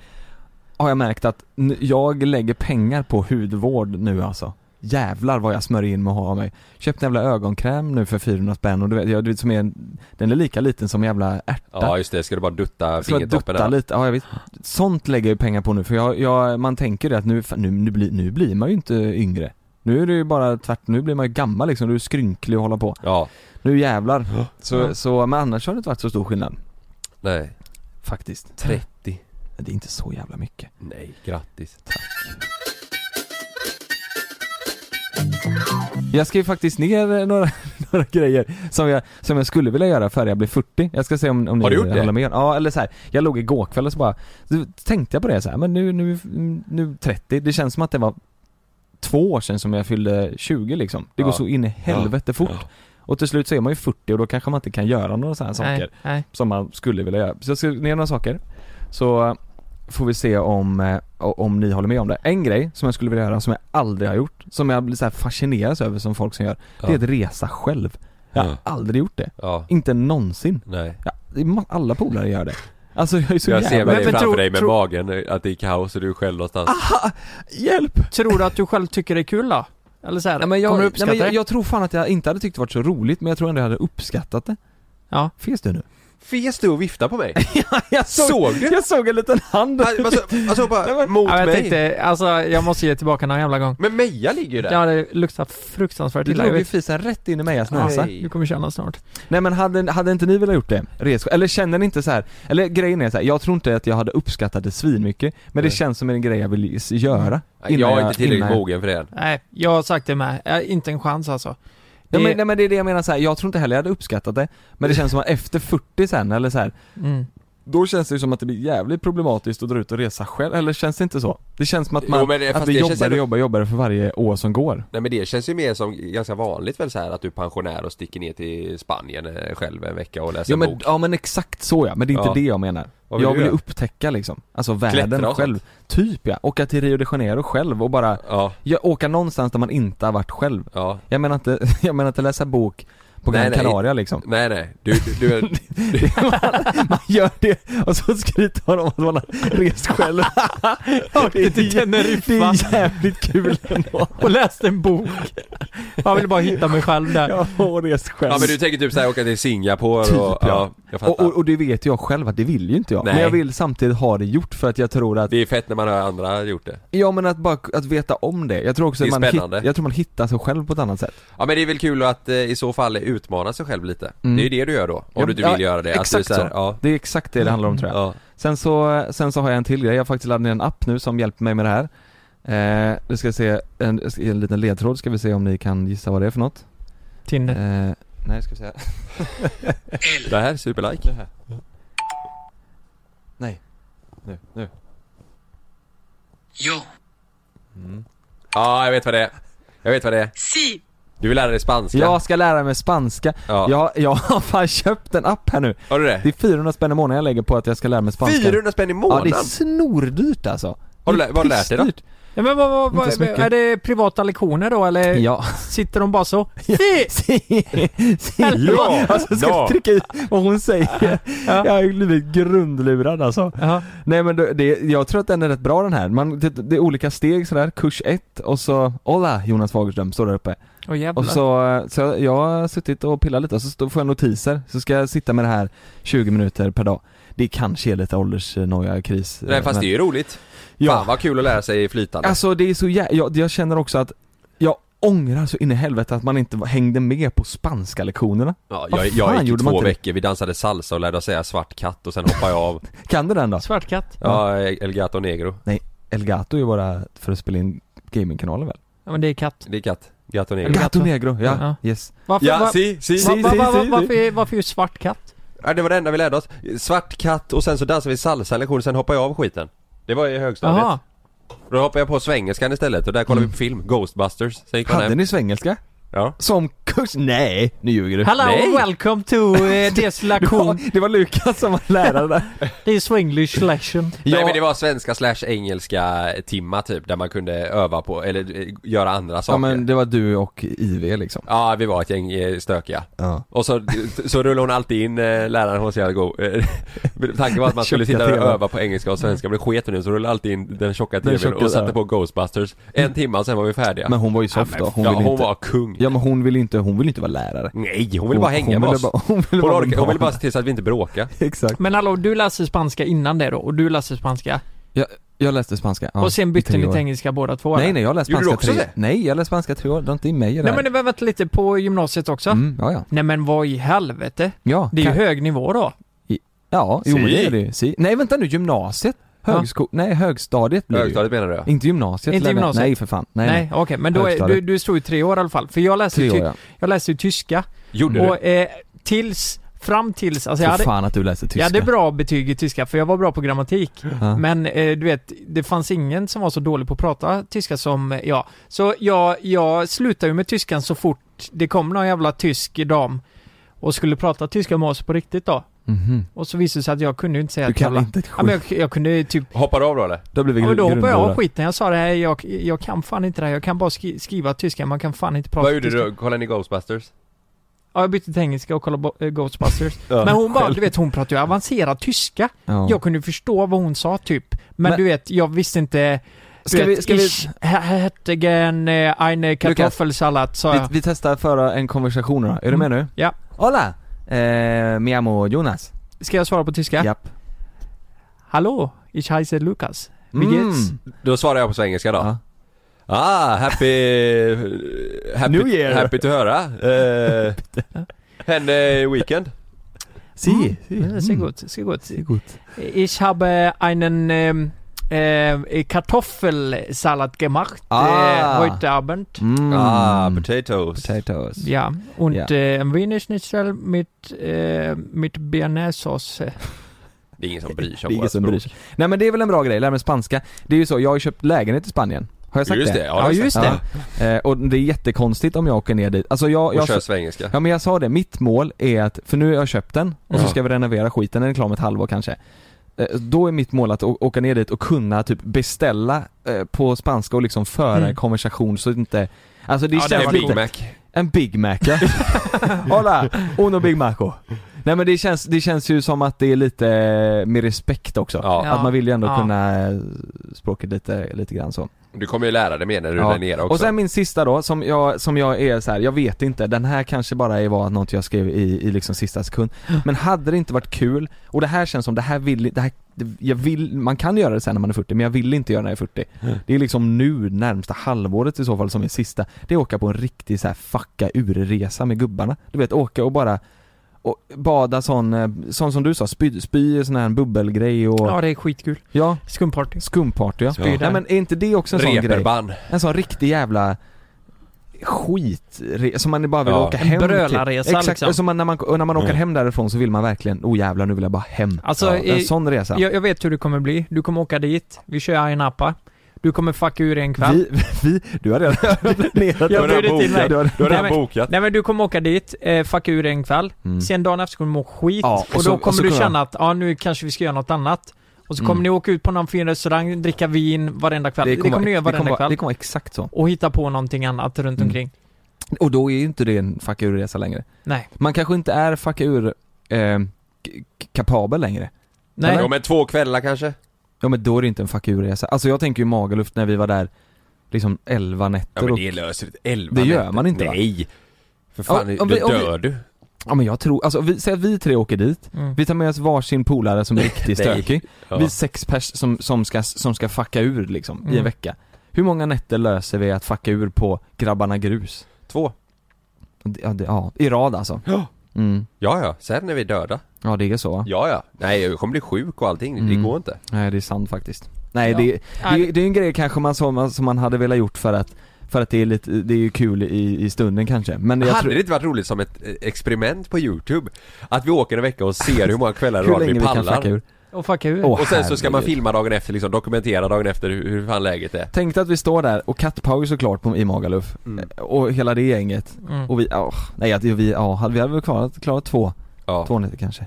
A: har jag märkt att n- jag lägger pengar på hudvård nu alltså. Jävlar vad jag smörjer in mig och har av mig. Köpte en jävla ögonkräm nu för 400 spänn och du vet, jag, du vet som är en, den är lika liten som en jävla ärta.
C: ja, just det. Ska du bara dutta
A: Ska jag dutta
C: där?
A: lite? Ja, jag vet. Sånt lägger jag ju pengar på nu för jag, jag, man tänker det att nu, fan, nu, nu, blir, nu blir man ju inte yngre. Nu är det ju bara tvärt, nu blir man ju gammal liksom, du är skrynklig och hålla på.
C: Ja,
A: Nu jävlar. Så,
B: Ja.
A: så, men annars har det inte varit så stor skillnad.
C: nej.
A: Faktiskt.
C: 30.
A: Men Det är inte så jävla mycket.
C: Nej, grattis. Mm.
A: Jag skrev faktiskt ner eh, några, [laughs] några grejer som jag, som jag skulle vilja göra före jag blir 40. Jag ska se om, om ni
C: Har du gjort det?
A: håller med. Ja, eller så här. jag låg igår kväll och så bara, så tänkte jag på det så här, men nu, nu, nu 30, det känns som att det var två år sedan som jag fyllde 20 liksom. Det går
C: Ja.
A: så in i helvete fort. Och till slut så är man ju 40 och då kanske man inte kan göra några sådana här saker
B: Nej, nej.
A: som man skulle vilja göra. Så jag skrev ner några saker. Så eh, får vi se om, eh, om ni håller med om det. En grej som jag skulle vilja göra som jag aldrig har gjort, som jag blir så här fascinerad över som folk som gör, det är att resa själv. Jag har
C: Ja.
A: aldrig gjort det.
C: Ja,
A: Inte någonsin.
C: nej.
A: Ja, det är ma- alla polare gör det. Alltså jag är så
C: Jag ser
A: jävla...
B: Men-
C: mig dig
B: men
C: framför
B: tro-
C: dig med
B: tro-
C: magen, att det är kaos och du är själv någonstans.
A: Ah! Hjälp!
B: Tror du att du själv tycker det är kul då? Eller så här,
A: Nej, men jag,
B: kommer du
A: nej,
B: uppskatta
A: men jag,
B: det?
A: jag tror fan att jag inte hade tyckt det varit så roligt, men jag tror ändå jag hade uppskattat det.
B: Ja.
A: Fes du nu?
C: Fes du och viftade på mig?
A: [laughs] Jag
C: Såg du?
A: Jag såg en liten hand.
C: Han- Alltså,
A: [laughs]
C: alltså
A: Nej,
C: bara
A: men-
C: mot
B: Ja, jag
C: mig.
B: tänkte, alltså jag måste ge tillbaka någon jävla gång.
C: Men Meja ligger ju där.
B: Ja, det luktar fruktansvärt
A: Du
B: illa. Jag
A: drog ju
B: vet.
A: fisen rätt in i Mejas
B: Ja,
A: näsa.
B: Du kommer känna snart.
A: Nej men hade, hade inte ni velat gjort det? Res, eller känner ni inte så här? eller grejen är så här, jag tror inte att jag hade uppskattat det svinmycket, men det
C: Nej.
A: känns som en grej jag vill s- göra.
C: Nej, jag är inte tillräckligt
A: innan jag-
C: mogen för det än.
B: Nej, jag har sagt det med. Jag har inte en chans alltså. Det,
A: Nej men, nej men det är det jag menar så här, jag tror inte heller jag hade uppskattat det, men det känns som att efter 40 sen eller så här,
B: mm.
A: då känns det ju som att det blir jävligt problematiskt att dra ut och resa själv, eller känns det inte så? Det känns som att man,
C: Jo, men det- fast
A: att vi
C: det känns
A: jobbar och
C: ändå-
A: jobbar och jobbar för varje år som går.
C: Nej men det känns ju mer som ganska vanligt väl så här att du är pensionär och sticker ner till Spanien eh, själv en vecka och läser
A: Ja men,
C: bok.
A: ja men exakt så ja, men det är inte
C: Ja.
A: det jag menar.
C: Vad vill
A: jag
C: du
A: vill ju
C: göra?
A: upptäcka liksom, alltså
C: Klättra och
A: världen
C: sånt.
A: själv. Typ ja, åka till Rio de Janeiro själv och bara
C: Ja,
A: Jag åka någonstans där man inte har varit själv.
C: ja.
A: Jag menar inte, [laughs] jag menar inte läsa bok på
C: Nej,
A: Gran
C: nej.
A: Canaria liksom.
C: Nej nej, du, du,
A: [laughs]
C: du är...
A: Man gör det och så skryter man om att man har rest
C: [laughs]
A: själv. det, är, jä- det är jävligt kul ändå.
B: [laughs] Och läste en bok. Jag ville bara hitta mig själv där.
A: Jag har rest själv.
C: [laughs] Ja men du tänker typ såhär åka till Singapore och...
A: Typ, ja.
C: ja. jag fattar.
A: och, och, och det vet jag själv att det vill ju inte jag.
C: Nej.
A: Men jag vill samtidigt ha det gjort för att jag tror att,
C: Det är fett när man hör andra gjort det.
A: ja men att bara att veta om det. Jag tror också
C: Det
A: att
C: är
A: man, hit,
C: spännande.
A: jag tror man hittar sig själv på ett annat sätt.
C: Ja men det är väl kul att eh, i så fall utmana sig själv lite.
A: Mm.
C: Det är ju det du gör då, om
A: Ja,
C: du inte
A: ja,
C: vill göra det.
A: Exakt
C: att du,
A: så.
C: Ja.
A: Det är exakt det det handlar om tror jag.
C: Mm. Ja.
A: Sen så, sen så har jag en till grej, jag har faktiskt laddat ner en app nu som hjälper mig med det här. Eh, nu ska jag se, en, en liten ledtråd ska vi se om ni kan gissa vad det är för något. Eh,
B: Tinder.
A: nej, ska vi se.
C: Det här, superlike.
A: Det här. Nej. Nu, nu.
D: Yo,
C: Ja, jag vet vad det är. Jag vet vad det är.
D: si,
C: Du vill lära dig spanska?
A: Jag ska lära mig spanska.
C: Ja.
A: Jag, jag har fan köpt en app här nu.
C: Har du
A: Det är
C: det?
A: 400 spänn i månaden jag lägger på att jag ska lära mig spanska.
C: 400 spänn i
A: Ja,
C: månaden?
A: det är snordyrt alltså.
C: Har du
A: Det är
C: lä- vad har du lärt dig då?
A: pissdyrt.
B: Ja, men vad, vad,
A: Inte
B: vad,
A: så mycket.
B: är det privata lektioner då eller
C: Eh,
A: Ja.
B: sitter de bara så? Si!
A: ja! Alltså ska
C: Ja.
A: jag trycka i vad hon säger?
B: Ja.
A: Jag har ju blivit grundlurad alltså.
B: Ja.
A: Nej men det, det, jag tror att den är rätt bra den här. Man, det, det är olika steg sådär, kurs 1 och så Hola Jonas Fagerström står där uppe.
B: Åh jävlar.
A: Och så, så jag- jag har suttit och pillat lite och så står- får jag notiser. Så ska jag sitta med det här 20 minuter per dag. Det kanske är lite åldersnoja kris.
C: Nej fast
A: men-
C: det är ju roligt.
A: Ja.
C: Fan vad kul att lära sig flytande.
A: Alltså det är så jä... jag, jag känner också att jag ångrar så in i helvete att man inte hängde med på spanska lektionerna.
C: ja,
A: vad
C: jag, jag
A: fan
C: gick i
A: gjorde man
C: två
A: inte det?
C: veckor, vi dansade salsa och lärde oss säga svart katt och sen hoppade
A: [laughs]
C: jag av.
A: Kan du den då?
B: Svartkatt.
C: Ja, El Gato Negro.
A: El Gato är ju bara för att spela in gamingkanalen väl?
B: Ja men det är katt.
C: Det är katt. Gato
A: El
C: Negro.
A: Gato Negro, ja,
B: Ja.
A: yes
B: Varför,
C: Ja,
B: va-
C: si, si,
B: va-
A: si,
B: va-
A: si,
B: va-
A: si,
B: varför, varför just svartkatt?
C: Ja, det var det enda vi lärde oss. Svart katt och sen så dansade vi salsa en lektion, sen hoppade jag av skiten. Det var i högstadiet.
B: Jaha.
C: Då hoppade jag på svengelskan istället och där kollade vi på film, Ghostbusters. Sen gick man
A: Mm. Hade
C: hem.
A: ni svengelska?
C: Ja.
A: Som kurs? Nej, nu ljuger du.
B: Hello
C: Nej.
B: and welcome to
A: [laughs]
B: eh, this
A: Det var,
B: lacoon.
A: det var Lukas som var lärare
C: [laughs]
A: där.
B: Det är swinglish lesson.
C: Nej men det var svenska slash engelska timma typ, där man kunde öva på, eller eh, göra andra saker.
A: Ja men det var du och IV liksom.
C: Ja, vi var ett gäng eh, stökiga.
A: Ja.
C: Och så, så rullade hon alltid in eh, läraren, hon så god. eh, [laughs] Tanken var att man skulle
A: Tjocka
C: sitta och
A: tvn.
C: öva på engelska och svenska, men det sket hon nu så rullade alltid in den tjocka tvn
A: tjocka,
C: och satte
A: ja.
C: på Ghostbusters. En timme och sen var vi färdiga.
A: Men hon var ju soft då. Hon
C: ja,
A: ville
C: hon
A: inte.
C: var kung.
A: Ja men hon ville inte, hon ville inte vara lärare.
C: Nej, hon ville bara hänga med
A: ville
C: oss.
A: bara- [laughs] Hon ville
C: Hon,
A: bara,
C: orkade,
A: vara
C: hon ville bara
A: barn.
C: se till så att vi inte bråkade.
A: Exakt.
B: Men hallå, du läste spanska innan det då och du läste spanska.
A: Jag, jag läste spanska. ja,
B: och sen
A: i
B: bytte
A: tre
B: ni
A: år.
B: till engelska båda två
A: Nej
B: eller?
A: nej, jag läste
C: Gjorde du
A: spanska
C: också
A: tre
C: det?
A: Nej, jag läste spanska tre år. Det var inte i mig det
B: Nej
A: där.
B: men det var varit lite på gymnasiet också.
A: Mm, ja, ja.
B: Nej men vad i helvete?
A: Ja,
B: Det är ju
A: kan-
B: hög nivå då.
A: Ja, jo
C: Si.
A: men det är det ju. Si. Nej vänta nu, gymnasiet? Högsko... Nej, högstadiet blir det ju.
C: Högstadiet menar du?
A: Inte gymnasiet.
B: Inte
A: lär mig.
B: gymnasiet.
A: Nej för fan. Nej.
B: Nej,
A: nej.
B: okej, men då är, du,
A: Högstadiet.
B: du stod i tre år i alla fall. För jag läste,
A: Tre
B: ju
A: år
B: ty-
A: ja.
B: jag läste ju tyska.
C: Gjorde
B: Och
C: du?
B: eh, tills, fram tills, alltså
A: För
B: jag hade,
A: fan att du läste tyska.
B: jag hade bra betyg i tyska för jag var bra på grammatik.
A: Ja.
B: Men eh, du vet, det fanns ingen som var så dålig på att prata tyska som eh, jag. Så jag, jag slutade ju med tyskan så fort det kom någon jävla tysk dam och skulle prata tyska med oss på riktigt då.
A: Mhm.
B: Och så visade det sig att jag kunde ju inte säga
A: Du
B: ett
A: kan
B: jävla-
A: inte ett
B: ja, men
A: skit.
B: jag, jag kunde ju typ
C: Hoppar du av då eller?
A: Då blir vi
B: Ja, men
A: grund-
B: då hoppade jag av
A: grundlurade.
B: skiten. Jag sa det här, jag, jag kan fan inte det här. Jag kan bara skri skriva tyska, man kan fan inte prata
C: Vad gjorde
B: tyska.
C: du? då? Kollade ni Ghostbusters?
B: Ja, jag bytte till engelska och kollade bo- eh, Ghostbusters.
A: Ja.
B: Men hon bara, du vet hon pratade ju avancerad tyska.
A: Ja.
B: Jag kunde ju förstå vad hon sa typ. Men,
A: Men-
B: du vet, jag visste inte... Du
A: Ska
B: vet,
A: vi, ska vi,
B: Ich hätte gern eh, eine Kartoffelsalat sa
A: vi,
B: jag.
A: vi testar föra en konversation då. Är du med nu?
B: Ja.
A: Hola! Eh, mi amo Jonas.
B: Ska jag svara på tyska?
A: Japp.
B: Hallå, ich heiße Lukas. Wie
A: Mm.
B: geht's?
C: Då svarade jag på svengelska då.
A: Ja.
C: Ah, happy...
A: [laughs]
C: happy
A: New year.
C: Happy
A: [laughs]
C: to höra. Uh, en eh, weekend.
A: Si.
B: Mm. Sehr gut, sehr gut.
A: Det är gott.
B: Ich habe einen ähm, äh, Kartoffelsalat gemacht
A: Ah.
B: äh, heute Abend.
A: Mm.
C: Ah, potatoes.
A: Potatoes.
B: Ja, und
A: Ja.
B: äh, ein Wiener Schnitzel mit, äh, mit bearnaisesauce.
C: Det är ingen som bryr sig
A: Det
C: om
A: är ingen
C: vårt
A: som bryr
C: språk.
A: sig. Nej men det är väl en bra grej, lära mig spanska. Det är ju så, jag har ju köpt lägenhet i Spanien. Har jag sagt
C: Just
A: det?
C: det, ja, det har jag
A: just
C: sagt.
A: det. Eh, och det är jättekonstigt om jag åker ner dit. Alltså jag,
C: Och
A: jag,
C: kör svengelska.
A: Ja men jag sa det, mitt mål är att, för nu har jag köpt den och så
C: Ja.
A: ska vi renovera skiten, den är klar om ett halvår kanske. Eh, Då är mitt mål att å- åka ner dit och kunna typ beställa eh, på spanska och liksom föra
B: Mm.
A: en konversation så att inte Alltså det
B: Ja, det
A: känns
B: var
C: En
B: det.
A: lite,
C: Big Mac.
A: en Big Mac ja. Hola, uno Big Maco. Nej men det känns, det känns ju som att det är lite eh, med respekt också.
C: Ja.
A: Att man vill ju ändå
B: Ja.
A: kunna eh, språket lite, lite grann så.
C: Du kommer ju lära dig mer när du
A: Ja.
C: är där nere också.
A: Och sen min sista då, som jag, som jag är så här, jag vet inte, den här kanske bara är- var något jag skrev i, i liksom sista
C: [gasps]
A: sekund Men hade det inte varit kul, och det här känns som, det här vill, det här, det- jag vill, man kan göra det sen när man är 40 men jag vill inte göra det när jag är 40
C: Mm.
A: Det är liksom nu, närmsta halvåret i så fall som är sista, det är att åka på en riktig så här fucka ur-resa med gubbarna Du vet, åka och bara och bada sån, eh, sån som du sa, spy, spy sån här bubbelgrej och,
B: Ja, det är skitkul.
A: ja,
B: Skumparty.
A: skumparty ja.
C: Spy
A: ja.
C: där.
A: Nej men är inte det också en sån grej?
C: Reeperband.
A: En sån riktig jävla skit som man bara vill
C: Ja.
A: åka
B: En
A: hem
B: brölarresa,
A: till. Exakt,
B: liksom.
A: som man, när, man, och när man åker
C: Mm.
A: hem därifrån så vill man verkligen, oh jävlar nu vill jag bara hem.
B: Alltså,
A: ja.
B: eh,
A: En sån resa.
B: Jag, jag vet hur det kommer bli. Du kommer åka dit, vi kör Ayia Napa. Du kommer fucka ur en kväll.
A: vi, [laughs] vi, du har redan [laughs] planerat
B: Jag
A: det.
B: bjöd inte in dig.
A: Du har-
C: Du
B: Nej,
C: har redan
B: men-
C: bokat.
B: Nej men du kommer åka dit, eh, fucka ur en kväll.
A: Mm.
B: Sen dagen efter kommer du må skit
A: Ja,
B: och,
A: och så-
B: då
A: och
B: kommer
A: så
B: du
A: kommer
B: känna att ja, nu kanske vi ska göra något annat. Och så kommer
A: Mm.
B: ni åka ut på någon fin restaurang, dricka vin varenda kväll. Det kommer, ni göra
A: det, kommer
B: varenda
A: vara,
B: kväll.
A: det kommer vara exakt så.
B: Och hitta på någonting annat runt
A: Mm.
B: omkring.
A: Och då är ju inte det en fuck ur-resa längre.
B: Nej.
A: Man kanske inte är fuck ur eh, k- k- kapabel längre.
B: Nej.
C: Ja, men två kvällar kanske?
A: Ja men då är det inte en fuck ur-resa. Alltså jag tänker ju Magaluf när vi var där liksom 11
C: Ja
A: nätter
C: men
A: och
C: det löser du elva
A: Det gör
C: nätter.
A: man inte, va?
C: Nej! För fan,
A: Ja, om
C: då
A: vi- om vi-
C: dör du.
A: Ja men jag tror, alltså vi, säg att vi tre åker dit,
B: Mm.
A: vi tar med oss varsin polare
C: [laughs]
A: som är riktigt
C: Nej.
A: stökig,
C: Ja.
A: vi är sex pers som, som, ska, som ska fucka ur liksom i
B: Mm.
A: en vecka. Hur många nätter löser vi att fucka ur på grabbarna grus?
C: Två.
A: Det- Ja, det, ja i rad alltså.
C: Ja.
A: Mm.
C: Ja, ja. Sen är vi döda.
A: Ja det är så va?
C: Ja, ja. Nej, jag kommer bli sjuk och allting. Det
A: Mm.
C: går inte.
A: Nej det är sant faktiskt. Nej
B: Ja.
A: det, det,
B: Nej.
A: det är ju en grej kanske man som, som man hade velat gjort för att För att det är lite, det är ju kul i, i stunden kanske. Men jag
C: Hade
A: tror,
C: det inte varit roligt som ett eh, experiment på youtube? Att vi åker en vecka och
A: [laughs]
C: ser hur många kvällar i
A: hur
C: rad
A: länge
C: vi
A: vi kan
C: pallar
A: flacka ur.
B: Och fuck hur?
A: Åh,
C: Och sen så ska man
A: herregud.
C: filma dagen efter liksom, dokumentera dagen efter hur, hur fan läget är
A: Tänk dig att vi står där och kattpaus såklart på, i Magaluf
C: Mm.
A: och hela det gänget
B: Mm.
A: och vi, åh, nej att vi, ja, hade vi hade väl klarat, klarat två,
C: ja.
A: två nätter kanske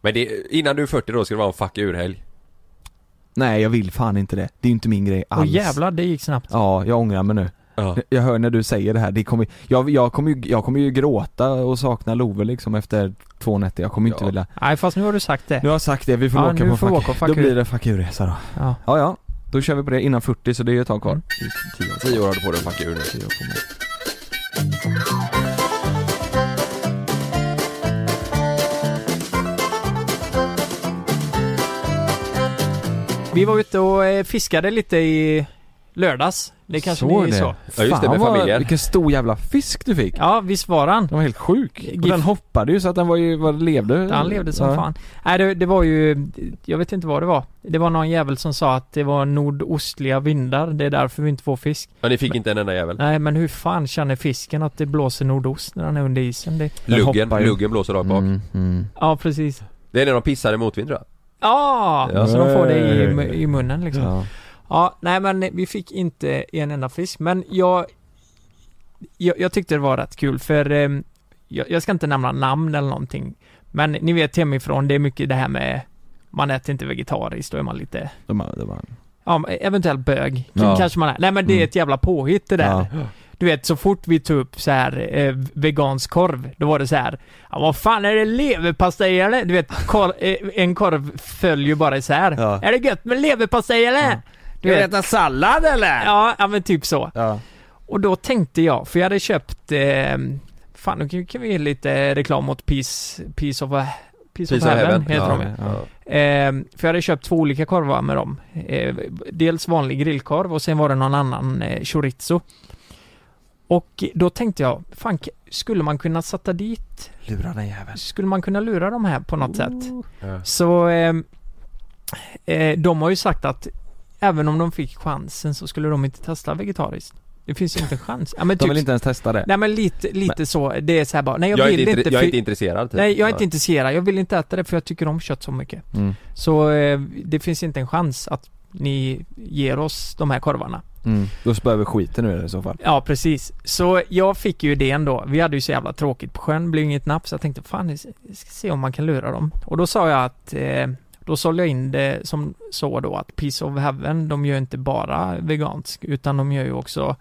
C: Men det, innan du är 40 då ska det vara en fuck ur-helg
A: Nej jag vill fan inte det, det är ju inte min grej alls
B: Åh jävlar, det gick snabbt.
A: Ja, jag ångrar mig nu.
C: ja.
A: Jag hör när du säger det här, det kommer, jag, jag, kommer ju, jag kommer ju gråta och sakna Love liksom efter två nätter, jag kommer inte
C: Ja.
A: vilja
B: Nej fast nu har du sagt det.
A: Nu har jag sagt det, vi får
B: Ja,
A: åka
B: nu
A: på
B: får vi
A: fuck,
B: åka på fuck
A: Då
B: you.
A: blir det fuck you-resa då
B: Ja.
A: Ja, ja, då kör vi på det innan 40 så det är ju ett tag kvar
B: Mm.
A: Det är Tio år kvar.
C: 10 år har du på dig att fucka ur nu
A: Tio år kvar.
B: Vi var ute och eh, fiskade lite i lördags. Det kanske
A: Såg
B: ni
A: det?
B: såg?
C: Ja just det,
A: Fan,
C: med
A: vad-
C: familjen
A: Vilken stor jävla fisk du fick!
B: Ja, visst var han.
A: Den var helt sjuk! Och
B: Gift-
A: den hoppade ju så att den var ju, var, levde
B: Han levde som
A: ja.
B: fan. Nej, det, det var ju... Jag vet inte vad det var. Det var någon jävel som sa att det var nordostliga vindar. Det är därför vi inte får fisk.
C: Ja ni fick inte en enda jävel
B: Nej, men hur fan känner fisken att det blåser nordost när den är under isen? Det...
A: Den
C: Luggen,
A: hoppar ju.
C: luggen blåser rakt bak
A: Mm, mm.
B: Ja, precis.
C: Det är när de pissar i motvind tror jag
B: Ja,
A: Ja.
B: så de får det i, mu- i munnen liksom. Ja.
A: Ja.
B: nej men vi fick inte en enda fisk. Men jag... Jag, jag tyckte det var rätt kul för... Eh, jag, jag ska inte nämna namn eller någonting. Men ni vet hemifrån, det är mycket det här med... Man äter inte vegetariskt, då är man lite...
A: De, var- de, var-
B: Ja, men eventuellt bög. K-
A: Ja. Mm.
B: Kanske man är. Nej men det är ett jävla påhitt det där.
A: Ja.
B: Du vet, så fort vi tog upp så här eh, vegansk korv, då var det så här. Ja, vad fan är det leverpastej eller? Du vet, kor- [laughs] eh, en korv följer ju bara isär.
A: Ja.
B: Är det gött med leverpastej eller? Du vet,
A: äta sallad eller?
B: ja, ja men typ så.
A: Ja.
B: Och då tänkte jag, för jag hade köpt, eh, fan nu kan- kan vi ge lite reklam åt Piece, piece of, a- piece of Heaven, heter de ju.
A: ja.
B: Ehm, för jag hade köpt två olika korvar med dem. Ehm, dels vanlig grillkorv och sen var det någon annan eh, chorizo. Och då tänkte jag, fan k- skulle man kunna sätta dit,
A: Lura den jäveln
B: skulle man kunna lura de här på något sätt?
C: Ja.
B: Så ehm, eh, de har ju sagt att även om de fick chansen så skulle de inte testa vegetariskt. Det finns ju inte en chans. Ja, men
A: De
B: typ,
A: vill inte ens testa det
B: Nej men lite, lite så, det är så här bara, nej jag,
C: Jag, är
B: vill
C: inte,
B: inte,
C: intre- jag är
B: för-
C: inte intresserad typ.
B: Nej, jag är inte
C: Ja.
B: intresserad. Jag vill inte äta det för jag tycker om kött så mycket.
A: Mm.
B: Så eh, det finns inte en chans att ni ger oss de här korvarna.
A: mm. Då spöar vi skiten nu i så fall
B: Ja, precis. Så jag fick ju idén då. Vi hade ju så jävla tråkigt på sjön, blev inget napp. Så jag tänkte, fan, jag ska se om man kan lura dem. Och då sa jag att, eh, då sålde jag in det som så då att Piece of Heaven, de gör inte bara vegansk, utan de gör ju också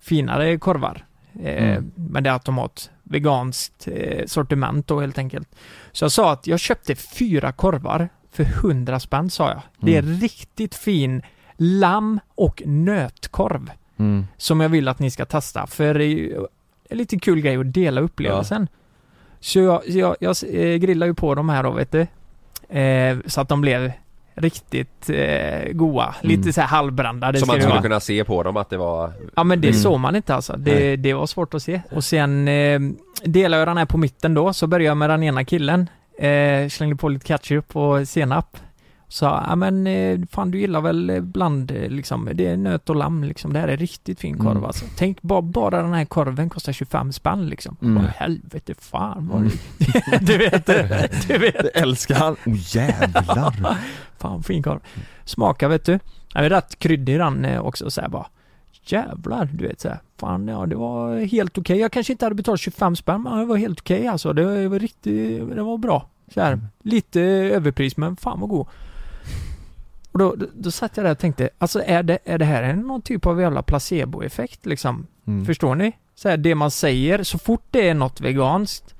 B: finare korvar. Eh,
A: Mm.
B: Men det är att de har ett veganskt eh, sortiment då helt enkelt. Så jag sa att jag köpte fyra korvar för 100 spänn sa jag. Det är riktigt fin lamm och nötkorv
A: mm.
B: som jag vill att ni ska testa. För det är ju en lite kul grej att dela upplevelsen. Så jag, så jag, jag eh, grillade ju på de här då, vet du. Eh, så att de blev riktigt eh, goa. Lite så här halvbrända. Det
C: Som man
B: skulle
C: skulle
B: vara.
C: kunna se på dem att det var
B: Ja men det
A: Mm.
B: såg man inte alltså. Det, det var svårt att se. Och sen eh, delade jag den här på mitten då, så började jag med den ena killen. Eh, slängde på lite ketchup och senap. Sa, ja men eh, fan du gillar väl eh, bland eh, liksom, det är nöt och lamm liksom. Det här är riktigt fin korv
A: Mm.
B: alltså. Tänk bara, bara den här korven kostar 25 spänn liksom.
A: Mm.
B: Vad helvete fan vad det... [laughs] du vet, du vet.
A: Älskar han? Oh jävlar!
B: Fan fin korv. Smaka vet du. Jag är rätt kryddig den eh, också så här bara. Jävlar, du vet så här. Fan ja, det var helt okej. Jag kanske inte hade betalat 25 spänn men det var helt okej alltså. Det var riktigt, det var bra. Så här, lite överpris men fan vad god. Och då, då, då satt jag där och tänkte, alltså är det, är det här en- någon typ av jävla placeboeffekt liksom?
A: Mm.
B: Förstår ni? Så här, det man säger, så fort det är något veganskt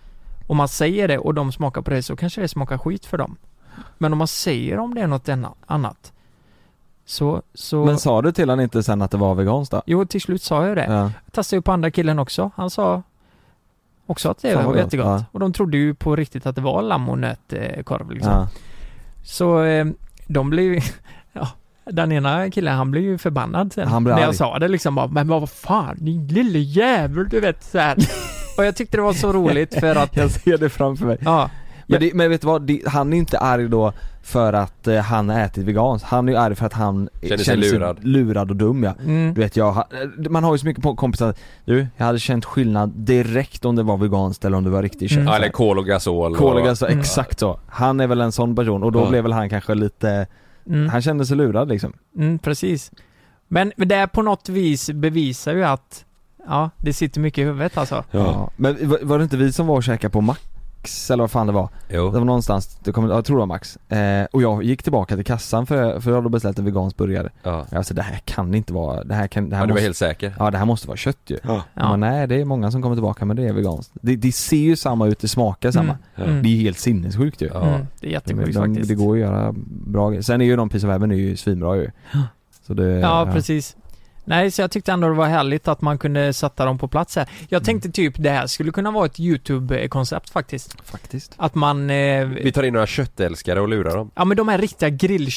B: och man säger det och de smakar på det så kanske det smakar skit för dem. Men om man säger om det är något enna- annat så, så...
A: Men sa du till han inte sen att det var veganskt då?
B: jo, till slut sa jag det.
A: Ja.
B: Jag testade ju på andra killen också. Han sa också att det
A: Fan, vad
B: var
A: gott.
B: jättegott.
A: Ja.
B: Och de trodde ju på riktigt att det var lamm och nötkorv liksom.
A: Ja.
B: Så eh, de blev ju- [laughs] ja, den ena killen han blev ju förbannad sen.
A: Han blev
B: när
A: arg.
B: jag sa det liksom bara, men vad fan din
A: [laughs]
B: lille jävel, du vet så här. Och jag tyckte det var så roligt för att,
A: Jag ser det framför mig.
B: ja.
A: Men, det, men vet du vad, det, han är inte arg då för att eh, han har ätit veganskt, han är ju arg för att han
C: Känner sig lurad.
A: lurad och dum ja.
B: Mm.
A: Du vet jag, ha- man har ju så mycket på- kompisar, du, jag hade känt skillnad direkt om det var veganskt eller om det var riktigt kött.
B: Mm.
C: Ja, eller kol och gasol.
A: Koliga,
C: och...
A: alltså,
B: Mm.
A: exakt så. Han är väl en sån person och då
C: Ja.
A: blev väl han kanske lite,
B: Mm.
A: han kände sig lurad liksom.
B: Mm, precis. Men det här på något vis bevisar ju att Ja, det sitter mycket i huvudet alltså.
C: Ja.
A: Men var- var det inte vi som var och käkade på Max eller vad fan det var? Det
C: Jo.
A: var någonstans, det kom, jag tror det var Max. Eh, och jag gick tillbaka till kassan för, för jag hade beställt en vegansk burgare.
C: Ja.
A: Jag sa det här kan inte vara, det här kan, det här
C: ja, du var
A: måste,
C: helt säker.
A: ja det här måste vara kött ju.
B: Ja.
A: Men nej det är många som kommer tillbaka men det är veganskt. Det, det ser ju samma ut, det smakar samma.
C: Ja.
B: Mm.
A: Det är helt sinnessjukt ju.
C: Ja.
B: Mm, det är
A: Det,
B: jättesjukt
A: de,
B: faktiskt.
A: det går att göra bra grejer. Sen är ju de Piece of Heaven är ju svinbra ju. Så det,
B: Ja, precis. Nej, så jag tyckte ändå det var härligt att man kunde sätta dem på plats här.
A: Mm.
B: Jag tänkte typ det här skulle kunna vara ett YouTube-koncept faktiskt.
A: Faktiskt.
B: Att man... Eh,
C: Vi tar in några köttälskare och lurar dem.
B: ja men de här riktiga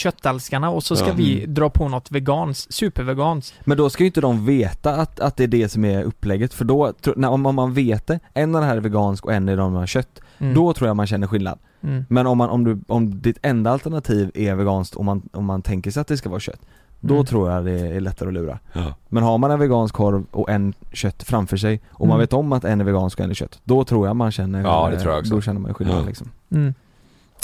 B: grillköttälskarna och så ska
C: Ja.
B: vi dra på något vegans, supervegans.
A: Men då ska ju inte de veta att, att det är det som är upplägget för då, tro- när, om, om man vet det, en av de här är vegansk och en av dem har kött,
B: Mm.
A: då tror jag man känner skillnad.
B: Mm.
A: Men om, man, om, du, om ditt enda alternativ är veganskt och man, om man tänker sig att det ska vara kött, då
B: Mm.
A: tror jag det är lättare att lura.
C: Ja.
A: Men har man en vegansk korv och en kött framför sig och man
B: Mm.
A: vet om att en är vegansk och en är kött, då tror jag man känner,
C: Ja, det tror jag också.
A: då känner man ju skillnad
C: Ja.
A: liksom.
B: Mm.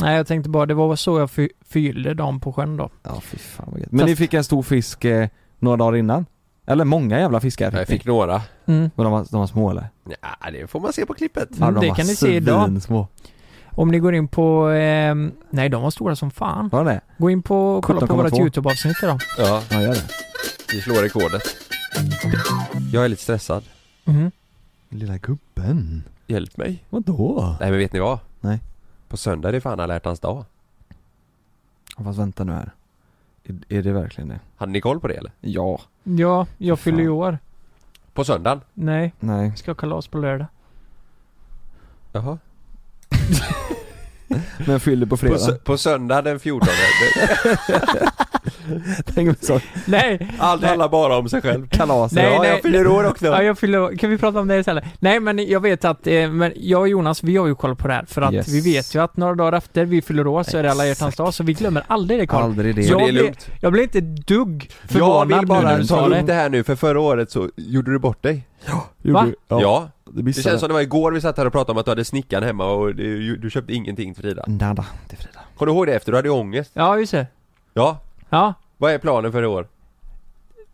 B: Nej, jag tänkte bara det var så jag för, förgyllde dem på sjön då.
A: Ja fy fan vad gött. Men
B: Fast-
A: ni fick en stor fisk eh, några dagar innan? Eller många jävla fiskar fick,
C: Jag fick
A: ni.
C: några.
B: Mm.
A: Men de var, de var små eller?
C: Ja, det får man se på klippet.
A: Ja,
B: Mm,
A: de
B: det
A: var
B: kan ni se idag.
A: svinsmå.
B: Om ni går in på... Eh, nej, de var stora som fan.
A: Var det
B: Gå in på och kolla på
A: 17,2.
B: vårt YouTube-avsnitt idag.
C: Ja,
A: Ja, gör det.
C: vi slår rekordet. Jag är lite stressad.
B: Mhm.
A: Lilla gubben.
C: Hjälp mig.
A: Vadå?
C: Nej men vet ni vad?
A: Nej.
C: På söndag är det fan alla hjärtans dag.
A: Ja, Fast vänta nu här. Är, är det verkligen det?
C: Hade ni koll på det eller?
A: Ja.
B: Ja, jag fyller ju år.
C: På söndagen?
B: Nej,
A: Nej.
B: ska ha kalas på lördag.
C: Jaha.
A: Men fyller på
C: På,
A: fredag.
C: sö- på söndag den [laughs] 14.
A: Tänk om så.
B: Nej!
C: Allt
B: Nej.
C: handlar bara om sig själv.
A: Kalas.
B: Nej,
C: ja,
B: nej.
C: jag fyller år också.
B: Ja, jag fyller Kan vi prata om det istället? Nej, men jag vet att, eh, men jag och Jonas, vi har ju koll på det här. För att
A: Yes.
B: vi vet ju att några dagar efter vi fyller år så är det alla hjärtans
A: Exakt.
B: dag, så vi glömmer aldrig det Carl.
A: Aldrig det.
C: Så
B: jag
C: det är
B: blir-
C: lugnt.
B: Jag blir inte ett dugg
C: Jag
B: förvånad
C: vill
B: nu när
C: bara
B: du
C: ta
B: sa
C: upp det
B: det.
C: här nu för förra året så gjorde du bort dig.
B: Va?
A: Gjorde-
C: Ja.
A: det
C: Det
A: missade
C: känns
A: jag.
C: som det var igår vi satt här och pratade om att du hade snickaren hemma och du, du köpte ingenting till Frida.
A: Nada, Mm, det är fredag.
C: Kommer du ihåg det efter? Du hade ju ångest.
B: Ja, just det.
C: Ja.
B: Ja.
C: Vad är planen för i år?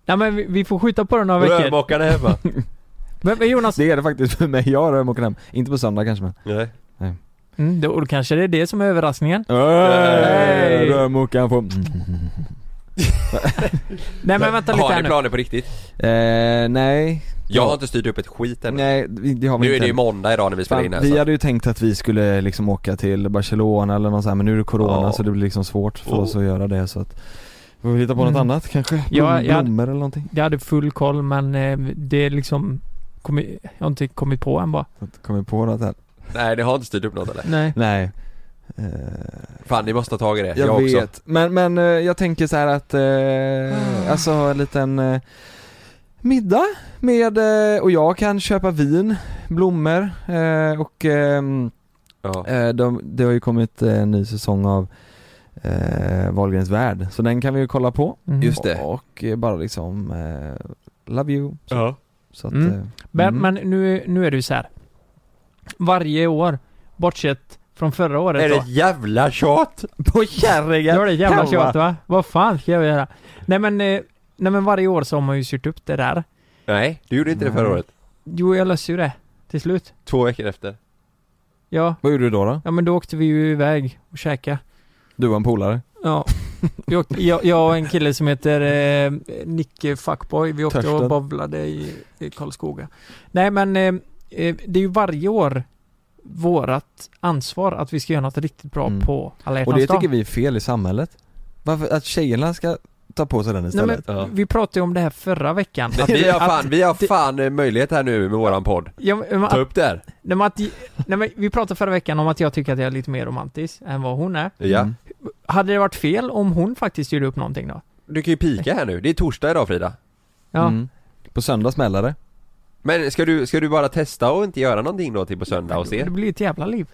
B: Nej men vi, vi får skjuta på det några veckor.
C: Rörmokarna
B: [laughs]
C: hemma.
B: Men, men Jonas,
A: Det är det faktiskt för mig. Jag har rörmokare hem. Inte på söndag kanske men.
C: Nej.
B: mm, då, då kanske det är det som är överraskningen.
A: Hey! Rörmokaren på...
B: Nej men vänta lite
C: Har
B: här
C: ni
B: nu.
C: planer på riktigt?
A: Eh, nej.
C: Jag har inte styrt upp ett skit än.
A: Nej, det har vi
C: Nu är
A: inte.
C: det ju måndag idag när vi spelar
A: Fan,
C: in här.
A: vi
C: så-
A: hade ju tänkt att vi skulle liksom åka till Barcelona eller något sånt här, men nu är det Corona
C: Ja.
A: så det blir liksom svårt för
C: Oh.
A: oss att göra det så att vi får hitta på något
B: Mm.
A: annat kanske? Blom,
B: Ja, jag-
A: Blommor eller någonting?
B: Jag hade full koll men eh, det är liksom kommit, jag har inte kommit på än bara.
A: Så att Kommer på något här?
C: Nej, ni har inte styrt upp något eller?
B: Nej.
A: Nej Eh,
C: Fan, ni måste ta tag i det.
A: Jag,
C: Jag, också.
A: vet, men, men eh, jag tänker så här att,
B: Ah.
A: eh, alltså en liten eh, middag med, eh, och jag kan köpa vin, blommor eh, och ehm,
C: Ja.
A: Eh, de, det har ju kommit eh, en ny säsong av eh, Wahlgrens värld, så den kan vi ju kolla på.
B: Mm.
C: Just det.
A: Och eh, bara liksom, eh, love you. Så,
C: Ja.
A: så att,
B: Mm.
A: eh,
B: Men,
A: mm.
B: men nu, nu är det ju så här. Varje år, bortsett från förra året
C: Är det
B: då.
C: ett jävla tjat?
A: på kärringen!
B: Då är det jävla
A: Helva.
B: tjat va? Vad fan ska jag göra? Nej men, eh, nej men varje år så har man ju styrt upp det där.
C: Nej, du gjorde inte det förra
A: Nej.
C: året.
B: Jo, jag löste ju det. Till slut.
C: Två veckor efter.
B: Ja.
A: Vad gjorde du då då?
B: Ja men då åkte vi ju iväg och käkade.
A: Du var en polare?
B: Ja. Vi åkte, jag, jag och en kille som heter eh, Nicke Fuckboy, vi åkte
A: Törsten.
B: och bowlade i, i Karlskoga. Nej men, eh, eh, det är ju varje år vårat ansvar att vi ska göra något riktigt bra
A: Mm.
B: på alla
A: Och
B: hjärtans
A: det
B: dag.
A: tycker vi är fel i samhället. Varför, att tjejerna ska ta på sig den
B: Nej,
A: istället?
B: men, Vi pratade ju om det här förra veckan.
C: Att
B: Att,
C: vi har
B: att-
C: fan, vi har fan eh, möjlighet här nu med våran podd.
B: ja, men,
C: Ta
B: att,
C: upp det här.
B: nej, men att, nej, men, vi pratade förra veckan om att jag tycker att jag är lite mer romantisk än vad hon är.
C: Ja.
A: Mm.
B: Hade det varit fel om hon faktiskt gjorde upp någonting då?
C: Du kan ju pika här nu. Det är torsdag idag Frida.
B: Ja.
A: Mm. På söndag smäller det. Mm.
C: Men ska du, ska du bara testa och inte göra någonting då till på söndag och se?
B: Det blir ett jävla liv.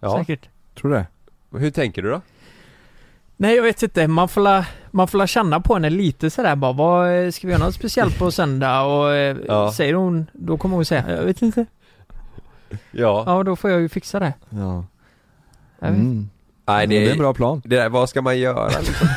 C: Ja.
B: säkert.
A: Tror du det?
C: Hur tänker du då?
B: Nej jag vet inte, man får la, man får la känna på henne lite sådär bara, vad, eh, ska vi göra något speciellt på söndag? Och
A: [laughs]
B: eh,
C: Ja.
B: säger hon, då kommer hon säga, jag vet inte.
C: Ja.
B: Ja då får jag ju fixa det.
A: Ja.
B: Jag vet.
A: Mm.
C: Nej,
A: det är en
C: bra.
A: bra plan.
C: Det där, vad ska man göra
A: [laughs]
C: liksom?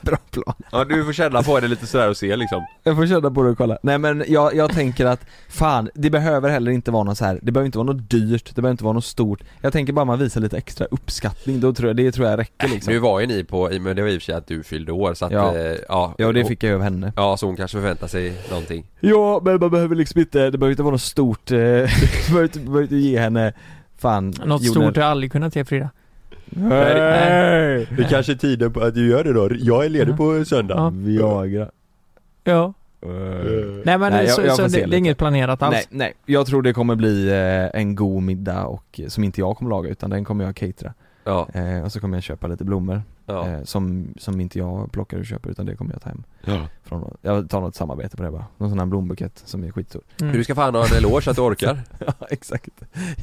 A: bra plan.
C: Ja, du får känna på det lite sådär och se liksom.
A: Jag får känna på det och kolla. Nej men jag, jag tänker att, fan, det behöver heller inte vara något så här. det behöver inte vara något dyrt, det behöver inte vara något stort. Jag tänker bara man visar lite extra uppskattning, då tror jag, det tror jag räcker liksom.
C: Nu var ju ni på, men det var i och för sig att du fyllde år så att,
A: Ja.
C: eh, ja.
A: Ja och det fick jag ju av henne.
C: Ja, så hon kanske förväntar sig någonting.
A: Ja men man behöver liksom inte, det behöver inte vara något stort, eh, [laughs] du behöver inte, behöver inte ge henne, fan
B: Något
A: Jonas-
B: stort har jag aldrig kunnat ge Frida.
A: Nej,
B: Nej.
A: det är
C: kanske är tiden på att du gör det då. Jag är
B: ledig
C: på söndag.
B: Ja.
A: Viagra.
B: Ja.
C: Eh.
B: Nej men
A: Nej, jag-
B: så,
A: jag
B: så
A: får
B: det,
A: se
B: det är
A: lite.
B: inget planerat alls.
A: Nej, nej, jag tror det kommer bli eh, en god middag och eh, som inte jag kommer laga utan den kommer jag catera.
C: Ja,
A: Eh, och så kommer jag köpa lite blommor
C: ja.
A: eh, som, som inte jag plockar och köper utan det kommer jag ta hem.
C: Ja.
A: Från, jag tar något samarbete på det bara, någon sån här blombukett som är skitstor.
B: Mm.
C: Du ska fan ha en eloge att du orkar.
A: [laughs] ja exakt.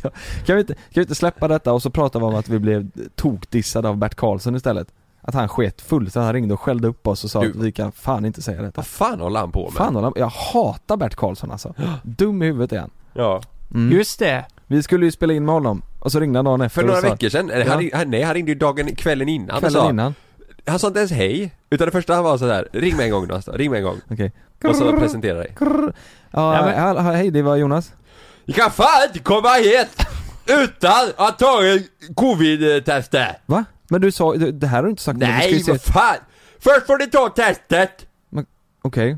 A: Ja. Kan, vi inte, kan vi inte släppa detta och så pratar vi om att vi blev tokdissade av Bert Karlsson istället? Att han sket fullt, så han ringde och skällde upp oss och sa
C: Du-
A: att vi kan fan inte säga detta.
C: Vad fan håller han på med?
A: Fan håller han- jag hatar Bert Karlsson alltså. Dum i huvudet är han.
C: Ja.
A: Mm.
B: Just det.
A: Vi skulle ju spela in med honom, och så ringde han dagen efter
C: För några
A: och sa,
C: veckor sedan, eller han,
A: Ja.
C: ring- han, nej han ringde ju dagen, kvällen innan och
A: Kvällen
C: sa,
A: innan,
C: Han sa inte ens hej, utan det första han var sådär, ring mig en gång då alltså, ring mig en gång.
A: okej
C: Och så presentera dig.
A: ja,
B: Ja, men-
A: hall- hall- Hej det var Jonas
C: Du kan fan inte komma hit utan att ta en covid-testet!
A: Va? Men du sa, du- det här har du inte sagt nu, vi ska ju
C: Nej,
A: se-
C: vad fan! Först får du ta testet!
A: Okej,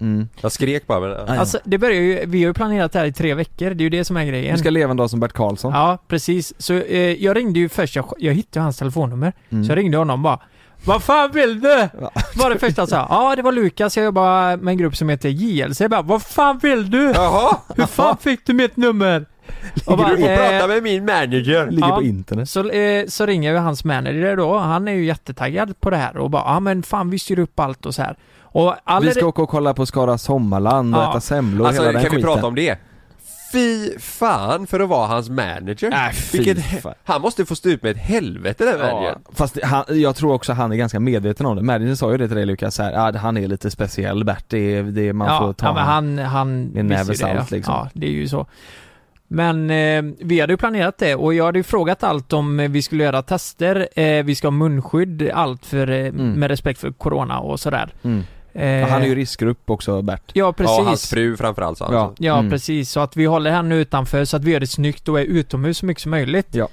A: mm.
C: Jag skrek bara men... ja.
B: Alltså det börjar ju, vi har ju planerat det här i tre veckor, det är ju det som är
A: Du
B: grejen.
A: ska leva en dag som Bert Karlsson
B: Ja, precis. Så eh, jag ringde ju först, jag, jag hittade ju hans telefonnummer. Så jag ringde honom bara Vad fan vill du? Var det första han sa. Ja, det var Lukas, jag jobbar med en grupp som heter JLC. Jag bara, vad fan vill du?
C: Jaha!
B: Hur fan fick du mitt nummer? Och bara,
C: Du får prata
B: eh,
C: med min manager!
A: Ligger
B: Ja.
A: på internet
B: så, eh, så ringer vi hans manager då, han är ju jättetaggad på det här och bara ja men fan vi styr upp allt och så här. Och alla
A: Vi ska åka och kolla på Skara Sommarland och
B: Ja.
A: äta semlor och
C: Alltså
A: hela
C: kan
A: den
C: vi
A: skiten
C: prata om det? Fy fan för att vara hans manager!
A: Äh, fy
C: Vilket he-
A: fan.
C: han måste få stå ut med ett helvete den
A: Ja,
C: managern.
A: fast det- han, jag tror också han är ganska medveten om det. Madison sa ju det till dig Lukas, så här, ah, han är lite speciell Bert, det är, det är man får
B: ja,
A: ta
B: ja, men
A: han-
B: han, han
A: med näve
B: visste ju det,
A: salt,
B: ja.
A: liksom.
B: Ja, det är ju så. Men eh, vi hade ju planerat det och jag hade ju frågat allt om eh, vi skulle göra tester, eh, vi ska ha munskydd, allt för, eh, med respekt för corona och sådär.
A: Mm.
B: Eh,
A: Ja, han är ju riskgrupp också Bert.
B: Ja, precis.
C: Ja, hans fru framförallt sa han.
A: Ja.
B: Ja,
A: Mm.
B: precis. Så att vi håller henne utanför så att vi gör det snyggt och är utomhus så mycket som möjligt.
A: Ja.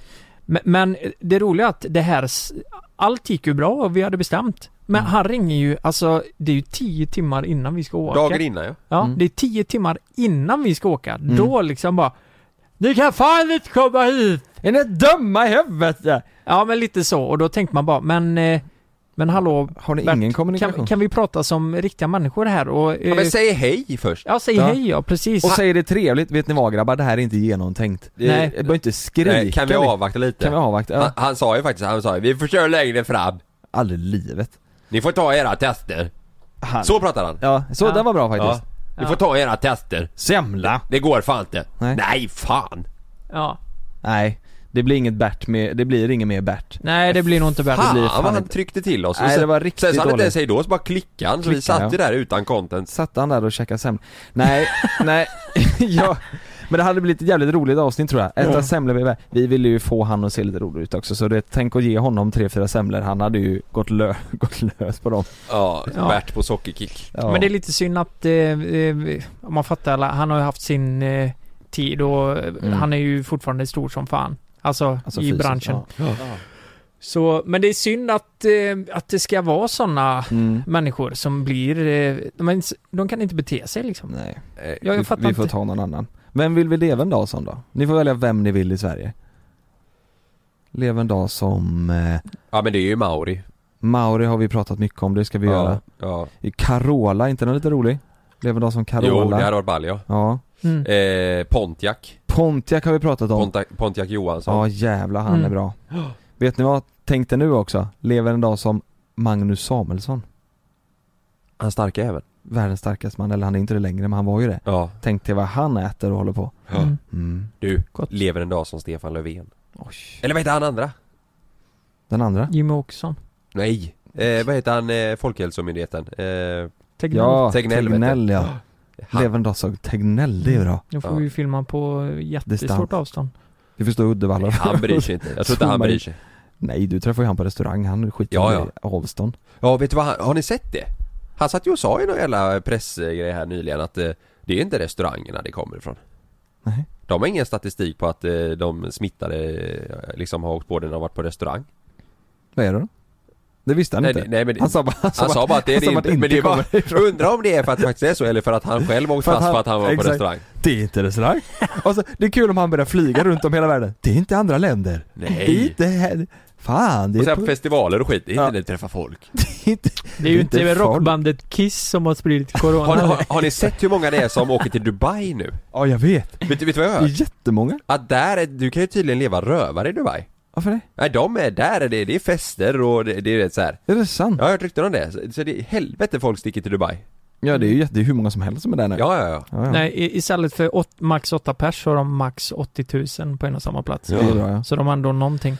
B: Men, men det roliga är att det här, s- allt gick ju bra och vi hade bestämt. Men
A: Mm.
B: han ringer ju, alltså det är ju tio timmar innan vi ska åka.
C: Dagen innan ja.
B: Ja,
A: Mm.
B: det är tio timmar innan vi ska åka. Då liksom bara Ni kan fan inte komma hit!
A: Är ni dumma i huvudet?
B: Ja men lite så och då tänkte man bara men eh, Men hallå
A: Har ni
B: Bert,
A: ingen
B: kan,
A: kommunikation?
B: kan vi prata som riktiga människor här och eh,
C: ja men säg hej först!
B: ja, säg
A: Ja.
B: hej ja precis
A: Och säger det trevligt, vet ni vad grabbar, det här är inte genomtänkt.
B: Nej.
A: Jag behöver inte skrika.
C: Nej, kan vi avvakta lite?
A: Kan vi avvakta?
C: han,
A: Ja,
C: han sa ju faktiskt, han sa ju, vi får köra längre fram.
A: aldrig i livet.
C: Ni får ta era tester.
A: Han.
C: Så pratar han.
A: Ja, så
B: Ja.
A: den var bra faktiskt.
C: Ni får ta era tester.
A: Semla?
C: Det går fan inte.
A: Nej.
C: Nej fan.
B: Ja
A: Nej. Det blir inget Bert med, det blir inget mer Bert.
B: Nej, det blir nog inte bättre.
A: det blir
C: Fan
A: fan
C: vad han
A: inte-
C: tryckte till oss. Och
A: Nej,
C: sen-
A: det var riktigt
C: Sen sa han inte
A: dåligt.
C: ens hejdå, så bara klickade han. Så vi
A: Klickade,
C: satt ju där utan content.
A: Satt han där och käkade semla? Nej, nej, [laughs] ja. Men det hade blivit ett jävligt roligt avsnitt tror jag. Äta semlor bredvid. Vi ville ju få han att se lite rolig ut också så det, tänk att ge honom tre fyra semlor, han hade ju gått, lö, [laughs] gått lös på dem.
C: Ja,
B: Ja.
C: Bert på sockerkick.
A: Ja.
B: Men det är lite synd att, eh, eh, om man fattar, alla- han har ju haft sin eh, tid och eh,
A: Mm.
B: han är ju fortfarande stor som fan. Alltså,
A: Alltså
B: i
A: fysiskt,
B: branschen.
A: ja.
B: Så, men det är synd att, eh, att det ska vara sådana
A: Mm.
B: människor som blir, eh, men s- de kan inte bete sig liksom.
A: Nej,
C: Nej.
B: Jag, jag
A: vi,
B: fattar
A: vi
B: inte.
A: får ta någon annan. Vem vill vi leva en dag som då? Ni får välja vem ni vill i Sverige. Leva en dag som eh,
C: Ja men det är ju Mauri.
A: Mauri har vi pratat mycket om, det ska vi göra.
C: Ja. ja.
A: Carola, inte den lite rolig? Leva en dag som Carola.
C: Jo, det hade varit ball ja.
A: Ja.
B: Mm.
C: Eh, Pontiac.
A: Pontiac har vi pratat om.
C: Pontiac, Pontiac Johansson.
A: Ja jävlar han
B: Mm.
A: är
C: [gasps]
A: bra. Vet ni vad jag tänkte nu också? Lever en dag som Magnus Samuelsson.
C: Han starka även.
A: Världens starkaste man, eller han är inte det längre men han var ju det.
C: Ja.
A: Tänk dig vad han äter och håller på.
C: ja.
B: Mm.
A: Mm.
C: Du,
B: Gott.
C: lever en dag som Stefan Löfven.
A: Oj.
C: Eller vad heter han andra?
A: Den andra?
B: Jimmy Åkesson.
C: Nej. Eh, vad heter han, eh, Folkhälsomyndigheten? Eh,
B: Tegnell.
A: Ja,
C: Tegnell,
A: Tegnell,
C: vet du.
A: ja.
C: [gasps] han.
A: Lever en dag som Tegnell, det är bra.
B: Nu får
C: Ja.
B: vi ju filma på
A: Distans.
B: jättestort avstånd.
A: Du förstår Uddevalla.
C: han bryr sig inte. Jag tror inte han bryr sig.
A: [laughs] Nej du träffar ju han på restaurang, han skiter
C: Ja, ja.
A: i avstånd.
C: Ja, vet du vad han, har ni sett det? Han satt ju och sa i någon jävla pressgrej här nyligen att eh, det är inte restaurangerna det kommer ifrån.
A: Nej.
C: De har ingen statistik på att eh, de smittade eh, liksom har åkt på det när de varit på restaurang.
A: Vad är det då? Det visste han
C: Nej,
A: inte.
C: det- nej, men det-
A: han sa bara, han sa
C: Han sa bara att det är det inte, men det är bara, undrar om det är för att det faktiskt är så eller för att han själv åkt
A: För att
C: fast
A: han-
C: för att han var
A: exakt.
C: på restaurang.
A: Det är inte restaurang. Och så, det är kul om han börjar flyga runt om hela världen. Det är inte andra länder.
C: Nej.
A: Det är inte här. Fan, det
C: Och
A: är, på,
C: sen festivaler och skit, det är inte
A: Ja.
C: när det träffar folk.
A: det är inte...
B: Det är ju
A: inte
B: inte
A: folk.
B: rockbandet Kiss som har spridit corona.
C: Har, har, har ni sett hur många det är som åker till Dubai nu?
A: Ja, jag vet.
C: Vet, du- vet du vad jag
A: Det
C: har hört?
A: är jättemånga.
C: Att där, är, du kan ju tydligen leva rövare i Dubai.
A: Varför det?
C: Nej, de är där, är det, det är fester och det, det är rätt så här.
A: Är det sant?
C: Jag har hört rykten om det, så- så det är helvete folk sticker till Dubai.
A: Ja, det är ju jätte, det är hur många som helst som är där nu.
C: Ja, ja, ja.
A: ja, ja.
B: Nej, i- istället för åt, max 8 pers så har de max 80 000 på en och samma plats.
A: Det är bra, ja.
B: Så de har ändå någonting.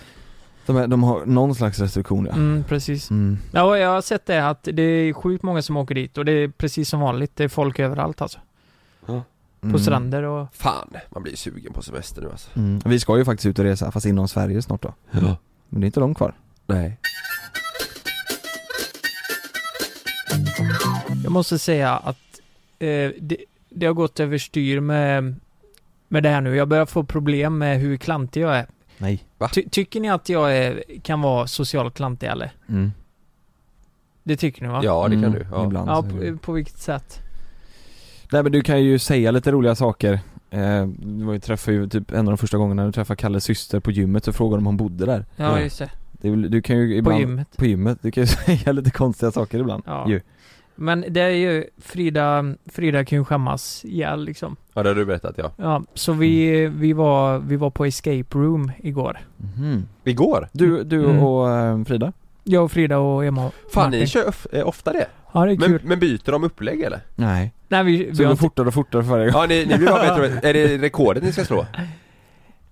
A: De, är, de har någon slags restriktion, ja.
B: Mm, precis.
A: Mm.
B: Ja, och jag har sett det att det är sjukt många som åker dit och det är precis som vanligt. Det är folk överallt alltså. På
A: Mm.
B: stränder och...
C: Fan, man blir sugen på semester nu alltså.
A: Mm. Vi ska ju faktiskt ut och resa, fast inom Sverige snart då.
C: Ja.
A: Men det är inte långt kvar.
C: Nej.
B: Jag måste säga att eh, det, det har gått överstyr med, med det här nu. Jag börjar få problem med hur klantig jag är.
A: Nej.
B: Ty, tycker ni att jag är, kan vara socialt klantig eller?
A: Mm.
B: Det tycker ni va?
C: Ja, det kan
A: Mm,
C: du. Ja.
A: Ibland.
B: Ja,
A: så är det-
B: på, på vilket sätt?
A: Nej men du kan ju säga lite roliga saker eh, Du var ju- träffade ju typ en av de första gångerna du träffade Kalles syster på gymmet så frågade de om hon bodde där
B: Ja,
A: Ja.
B: just det.
A: det är, väl- Du kan ju
B: På
A: ibland
B: gymmet.
A: På gymmet, du kan ju [laughs] säga lite konstiga saker ibland
B: Ja.
A: ju.
B: Men det är ju Frida, Frida kan ju skämmas ihjäl liksom.
C: ja, det har du berättat ja.
B: Ja, så vi, vi, var, vi var på escape room igår.
A: Mhm.
C: Igår?
A: Du, du
B: Mm.
A: och eh, Frida?
B: Jag och Frida och Emma och
C: Fan,
B: Martin.
C: ni kör of- eh, ofta det?
B: Ja, det är kul.
C: Men, men byter de upplägg eller?
A: Nej
B: Nej, vi,
A: Så
B: vi
A: det
B: har
A: går
B: inte,
A: fortare och fortare för varje gång
C: Ja, ni, ni blir bara bättre och bättre. Är det rekordet ni ska slå?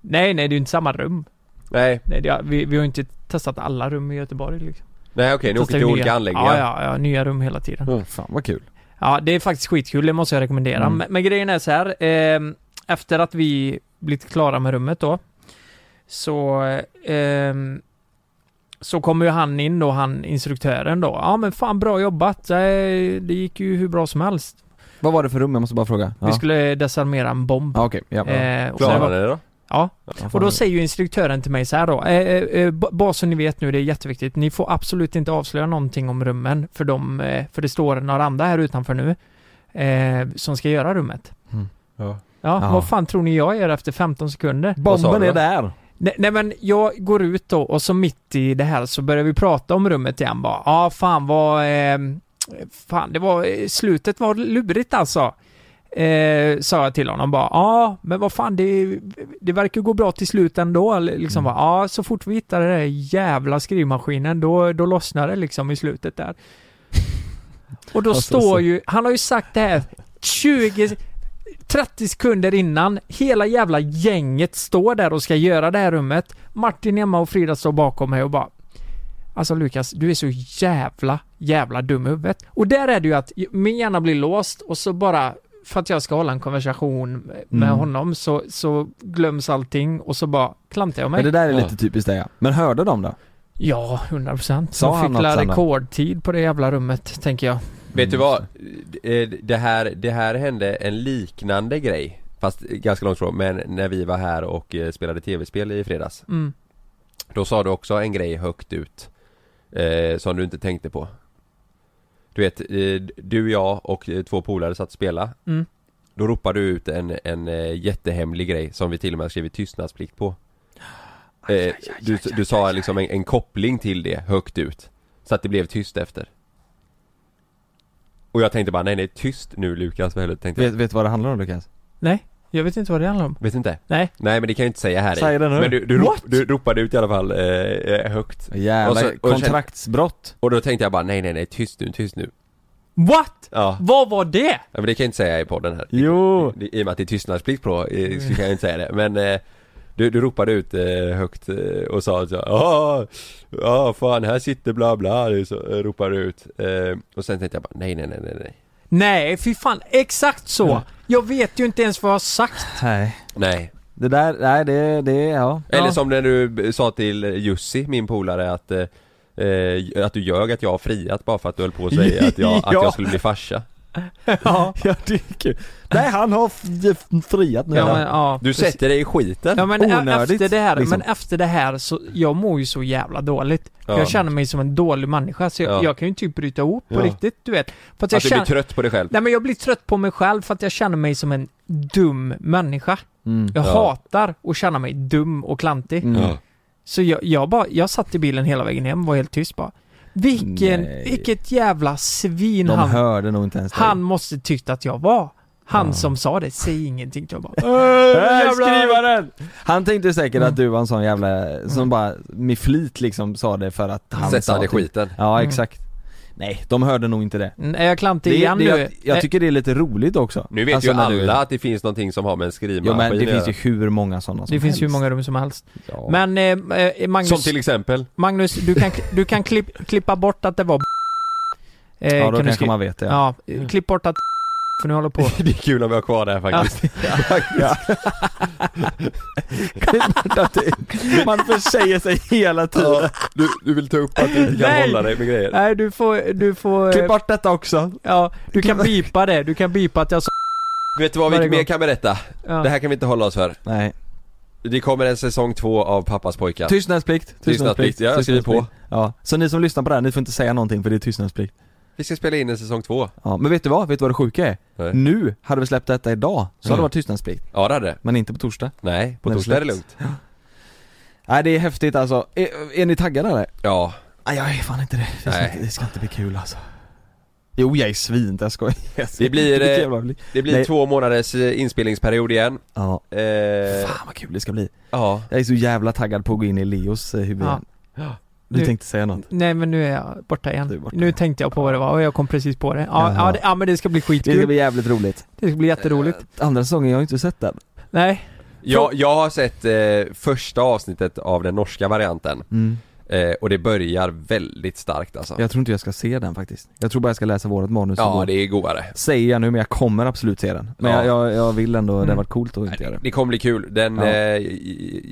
B: nej, nej, det är ju inte samma rum.
C: Nej,
B: Nej, det, vi, vi har ju inte testat alla rum i Göteborg liksom.
C: nej okej, ni
B: Testar
C: åker
B: ju
C: till olika
B: nya.
C: anläggningar.
B: Ja, ja, ja, nya rum hela
A: [laughs]
B: tiden.
A: Fan vad kul
B: Ja, det är faktiskt skitkul, det måste jag rekommendera.
A: Mm.
B: Men, men grejen är så här, ehm, efter att vi blivit klara med rummet då, så, ehm, så kommer ju han in då, han instruktören då. Ja men fan bra jobbat, det, det gick ju hur bra som helst.
A: Vad var det för rum? Jag måste bara fråga
B: Vi skulle desarmera en bomb.
A: Ja okej, ja,
B: Eh, och, så det
C: Klarar
B: var,
C: ni det då?
B: ja.
A: ja,
B: och
A: fan.
B: då säger ju instruktören till mig så här då, eh, eh, eh, ba- bara så ni vet nu, det är jätteviktigt, ni får absolut inte avslöja någonting om rummen för, de, eh, för det står några andra här utanför nu eh, som ska göra rummet.
C: Ja.
B: Ja,
A: Ja.
B: vad fan tror ni jag gör efter 15 sekunder?
C: Vad sa
A: Bomben
C: du
A: är
C: då?
A: där!
B: Nej, nej men jag går ut då och så mitt i det här så börjar vi prata om rummet igen bara. Ja, fan vad... Eh, fan, det var... eh, Slutet var lurigt alltså. Eh, sa jag till honom bara. Ja, men vad fan det... Det verkar gå bra till slut ändå. Liksom bara, ja, så fort vi hittar den där jävla skrivmaskinen då, då lossnar det liksom i slutet där. Och då
A: Alltså,
B: står
A: så-
B: ju... Han har ju sagt det här 20... 30 sekunder innan, hela jävla gänget står där och ska göra det här rummet. Martin, Emma och Frida står bakom mig och bara Alltså Lukas, du är så jävla, jävla dum i huvudet. Och där är det ju att min hjärna blir låst och så bara för att jag ska hålla en konversation med
A: Mm.
B: honom så, så glöms allting och så bara klantar jag mig.
A: Men det där är
C: Ja.
A: lite typiskt det ja. Men hörde de då?
B: Ja, 100 procent.
A: Sa
B: De
A: han
B: fick
A: något
B: la
A: sen då?
B: rekordtid på det jävla rummet, tänker jag.
C: Vet du vad? Eh, Det här, det här hände en liknande grej Fast ganska långt ifrån, men när vi var här och eh, spelade tv-spel i fredags
B: Mm.
C: Då sa du också en grej högt ut eh, Som du inte tänkte på Du vet, eh, du, jag och eh, två polare satt och spela
B: Mm.
C: Då ropade du ut en, en eh, jättehemlig grej som vi till och med har skrivit tystnadsplikt på
A: Ah,
C: eh, du, du sa liksom en, en koppling till det högt ut Så att det blev tyst efter Och jag tänkte bara nej nej tyst nu Lukas för helvete tänkte jag
A: Vet, vet du vad det handlar om Lukas?
B: Nej, jag vet inte vad det handlar om.
C: Vet inte?
B: Nej.
C: Nej men det kan jag inte säga här i.
A: Säg det nu.
C: Men du, du, rop,
B: What?
C: du ropade ut i alla fall eh, eh, högt Och
A: Jävla
C: så- och känn-
A: kontraktsbrott.
C: Och då tänkte jag bara nej nej nej tyst nu, tyst nu
B: What?
C: Ja,
B: Vad var det?
C: ja men det kan jag inte säga i podden här
A: Jo!
C: I, i och med att det är tystnadsplikt på eh, så kan jag inte säga det men eh, du, du ropade ut eh, högt eh, och sa så ja ja fan här sitter bla bla det är så eh, ropade du ut eh, och sen tänkte jag bara nej nej nej nej nej
B: Nej, fy fan. Exakt så.
A: Ja.
B: Jag vet ju inte ens vad jag har sagt.
A: Nej.
C: Nej,
A: Det där, nej det, det, ja.
C: eller
B: Ja.
C: som när du b- sa till eh, Jussi, min polare, att eh, eh, att du ljög att jag har friat bara för att du höll på att säga att jag,
A: [laughs]
C: att
A: Ja.
C: jag skulle bli farsa
B: ja,
A: Ja det är kul. Nej han har f- friat nu.
B: ja, men, ja,
C: Du
B: precis.
C: sätter dig i skiten!
B: Ja men e-
A: Onödigt,
B: efter det här,
A: liksom.
B: men efter det här så, jag mår ju så jävla dåligt.
C: Ja.
B: Jag känner mig som en dålig människa så jag,
C: Ja.
B: jag kan ju typ bryta ihop på
C: Ja.
B: riktigt, du vet. För att jag
C: att du blir
B: känner,
C: trött på dig själv
B: nej men jag blir trött på mig själv för att jag känner mig som en dum människa.
A: Mm.
B: Jag
C: Ja.
B: hatar att känna mig dum och klantig.
A: Mm.
C: Ja.
B: Så jag, jag bara, jag satt i bilen hela vägen hem, var helt tyst bara. Vilken,
A: Nej.
B: vilket jävla svin
A: De
B: han,
A: hörde nog inte ens dig.
B: han måste tyckt att jag var. Han som sa det, säg ingenting till jag bara.
A: [laughs] Äh,
B: jävlar!
A: skrivaren! Han tänkte säkert
B: Mm.
A: att du var en sån jävla, som bara med flit liksom sa det för att han sa
C: Sätta dig i
A: typ-
C: skiten
A: Ja
B: Mm.
A: exakt. Nej, de hörde nog inte det.
B: Nej, jag klantig igen
A: det,
B: nu.
A: jag, jag
B: Eh,
A: tycker det är lite roligt också.
C: Nu vet
A: Alltså,
C: ju
A: när du-
C: alla att det finns någonting som har med
A: Jo
C: en skrivmaskin
A: men det
C: att
A: finns ju
C: göra.
A: hur många sådana som
B: det finns
A: helst.
B: ju hur många rum som helst.
A: Ja.
B: Men eh, eh, Magnus,
C: Som till exempel
B: Magnus
A: [laughs]
B: du kan, du kan klipp, klippa bort att det var eh,
A: ja,
B: kan
A: då
B: du
A: kanske
B: skri-
A: man vet det. Ja.
B: Ja, eh, klipp bort att [laughs] för nu
A: [laughs]
B: håller på.
C: [laughs] Det är kul om vi har kvar det
B: [laughs]
C: här faktiskt [laughs] ja.
A: man försäger sig hela tiden.
C: Ja. Du, du vill ta upp att du inte kan
B: Nej.
C: hålla dig med grejer
B: Nej, du får, du får... eh,
A: Klipp bort detta också.
B: Ja, du kan bipa det. Du kan bipa att jag sa...
C: Vet du vad
B: Varje
C: vi mer
B: gång.
C: kan berätta?
B: Ja.
C: Det här kan vi inte hålla oss för
A: Nej.
C: Det kommer en säsong två av Pappas pojkar
A: Tystnadsplikt.
C: Tystnadsplikt, ja, jag skriver på.
A: Ja. Så ni som lyssnar på det här, ni får inte säga någonting för det är tystnadsplikt.
C: Vi ska spela in en säsong två
A: Ja, men vet du vad? Vet du vad det sjuka är?
C: Nej.
A: Nu, hade vi släppt detta idag, så hade
C: Mm.
A: det varit tystnadsplikt.
C: Ja det hade det.
A: Men inte på torsdag.
C: Nej, på
A: När det
C: torsdag är det
A: släpps.
C: lugnt
A: Nej det är häftigt alltså. Är, är ni taggade eller?
C: Ja,
A: Nej jag är fan inte det. Det ska,
C: Nej.
A: inte, det ska inte bli kul alltså. Jo jag är svint, jag skojar. Jag ska-
C: Det blir,
A: vilket
C: eh,
A: jävla bli-
C: det blir
A: Nej.
C: två månaders eh, inspelningsperiod igen
A: Ja.
C: eh,
A: Fan vad kul det ska bli.
C: Ja,
A: Jag är så jävla taggad på att gå in i Leos eh, huvud
B: Ja.
A: igen. Du
B: Nu-
A: tänkte säga något?
B: Nej, men nu är jag borta igen.
A: Du är borta.
B: Nu tänkte jag på vad det var och jag kom precis på det. Ja,
A: Jaha.
B: ja, det, ja men det ska bli
A: Det ska
B: skitkul.
A: bli jävligt roligt.
B: Det ska bli jätteroligt.
A: Andra säsongen, jag har ju inte sett den.
B: Nej.
C: jag, jag har sett eh, första avsnittet av den norska varianten
A: Mm.
C: eh, Och det börjar väldigt starkt alltså
A: Jag tror inte jag ska se den faktiskt. Jag tror bara jag ska läsa vårt manus och
C: Ja,
A: gå.
C: det är godare
A: Säger jag nu men jag kommer absolut se den. Men
C: Ja.
A: jag, jag, jag vill ändå, det har
B: Mm.
A: varit coolt att inte göra det.
C: Det kommer bli kul, den,
A: Ja.
C: eh,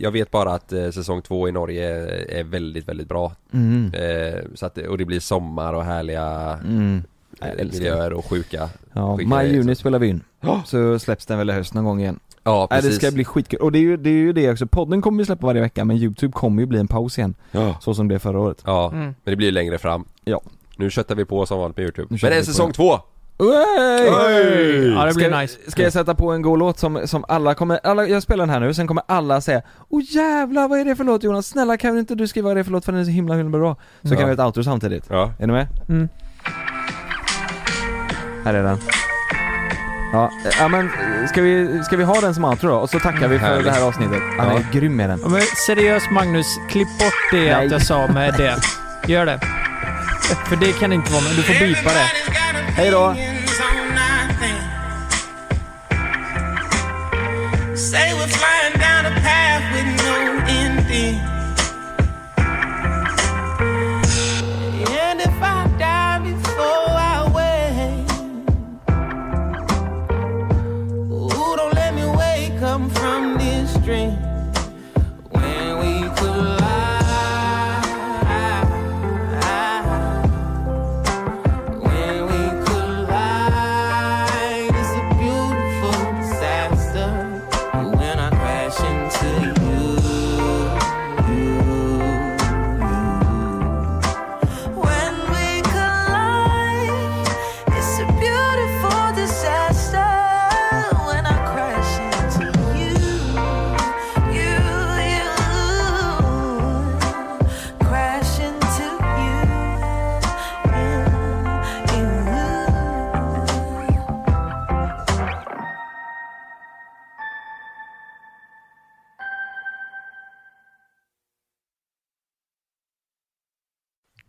C: jag vet bara att eh, säsong två i Norge är väldigt, väldigt bra
A: Mm.
C: eh, så att, Och det blir sommar och härliga
A: Mm.
C: eh,
A: Jag älskar det.
C: miljöer och sjuka
A: Ja,
C: Skicka
A: maj,
C: det,
A: juni
C: så.
A: spelar vi in. Så släpps den väl i höst någon gång igen.
C: Ja,
A: Nej,
C: precis
A: det ska bli skitkul. Och det är, ju, det är ju det också, podden kommer vi släppa varje vecka men youtube kommer ju bli en paus igen.
C: Ja,
A: Så som det är förra året.
C: ja
B: Mm.
C: men det blir längre fram
A: Ja.
C: Nu köttar vi på som vanligt med Youtube
A: Nu
C: Men
A: köttar
C: det är
A: vi på,
C: säsong två!
A: Oj!
B: Ja, det blir
A: ska,
B: nice.
A: ska jag sätta på en god låt som, som alla kommer, alla, jag spelar den här nu, sen kommer alla säga Åh jävlar vad är det för låt Jonas? Snälla kan inte du skriva vad det är för låt för den är så himla himla bra? Så
C: Ja.
A: kan vi göra ett outro samtidigt.
C: Ja
A: Är ni med?
B: Mm.
A: Här är den. Ja, eh, ja men ska vi, ska vi ha den som outro då? Och så tackar vi för
C: Härligt.
A: det här avsnittet. Han
C: Ja.
A: är grym med den.
B: Ja, men seriöst Magnus, klipp bort det
A: Nej.
B: att jag sa med det. Gör det. För det kan inte vara med. Du får bipa det.
A: Hej då!
D: Hej då! Say we're flying down a path with no ending. And if I die before I wake, ooh, don't let me wake up from this dream. When we collide. When we collide, it's a beautiful disaster. When I crash into you, When we collide, it's a beautiful disaster. When I crash into you, you, you, crash into you, you.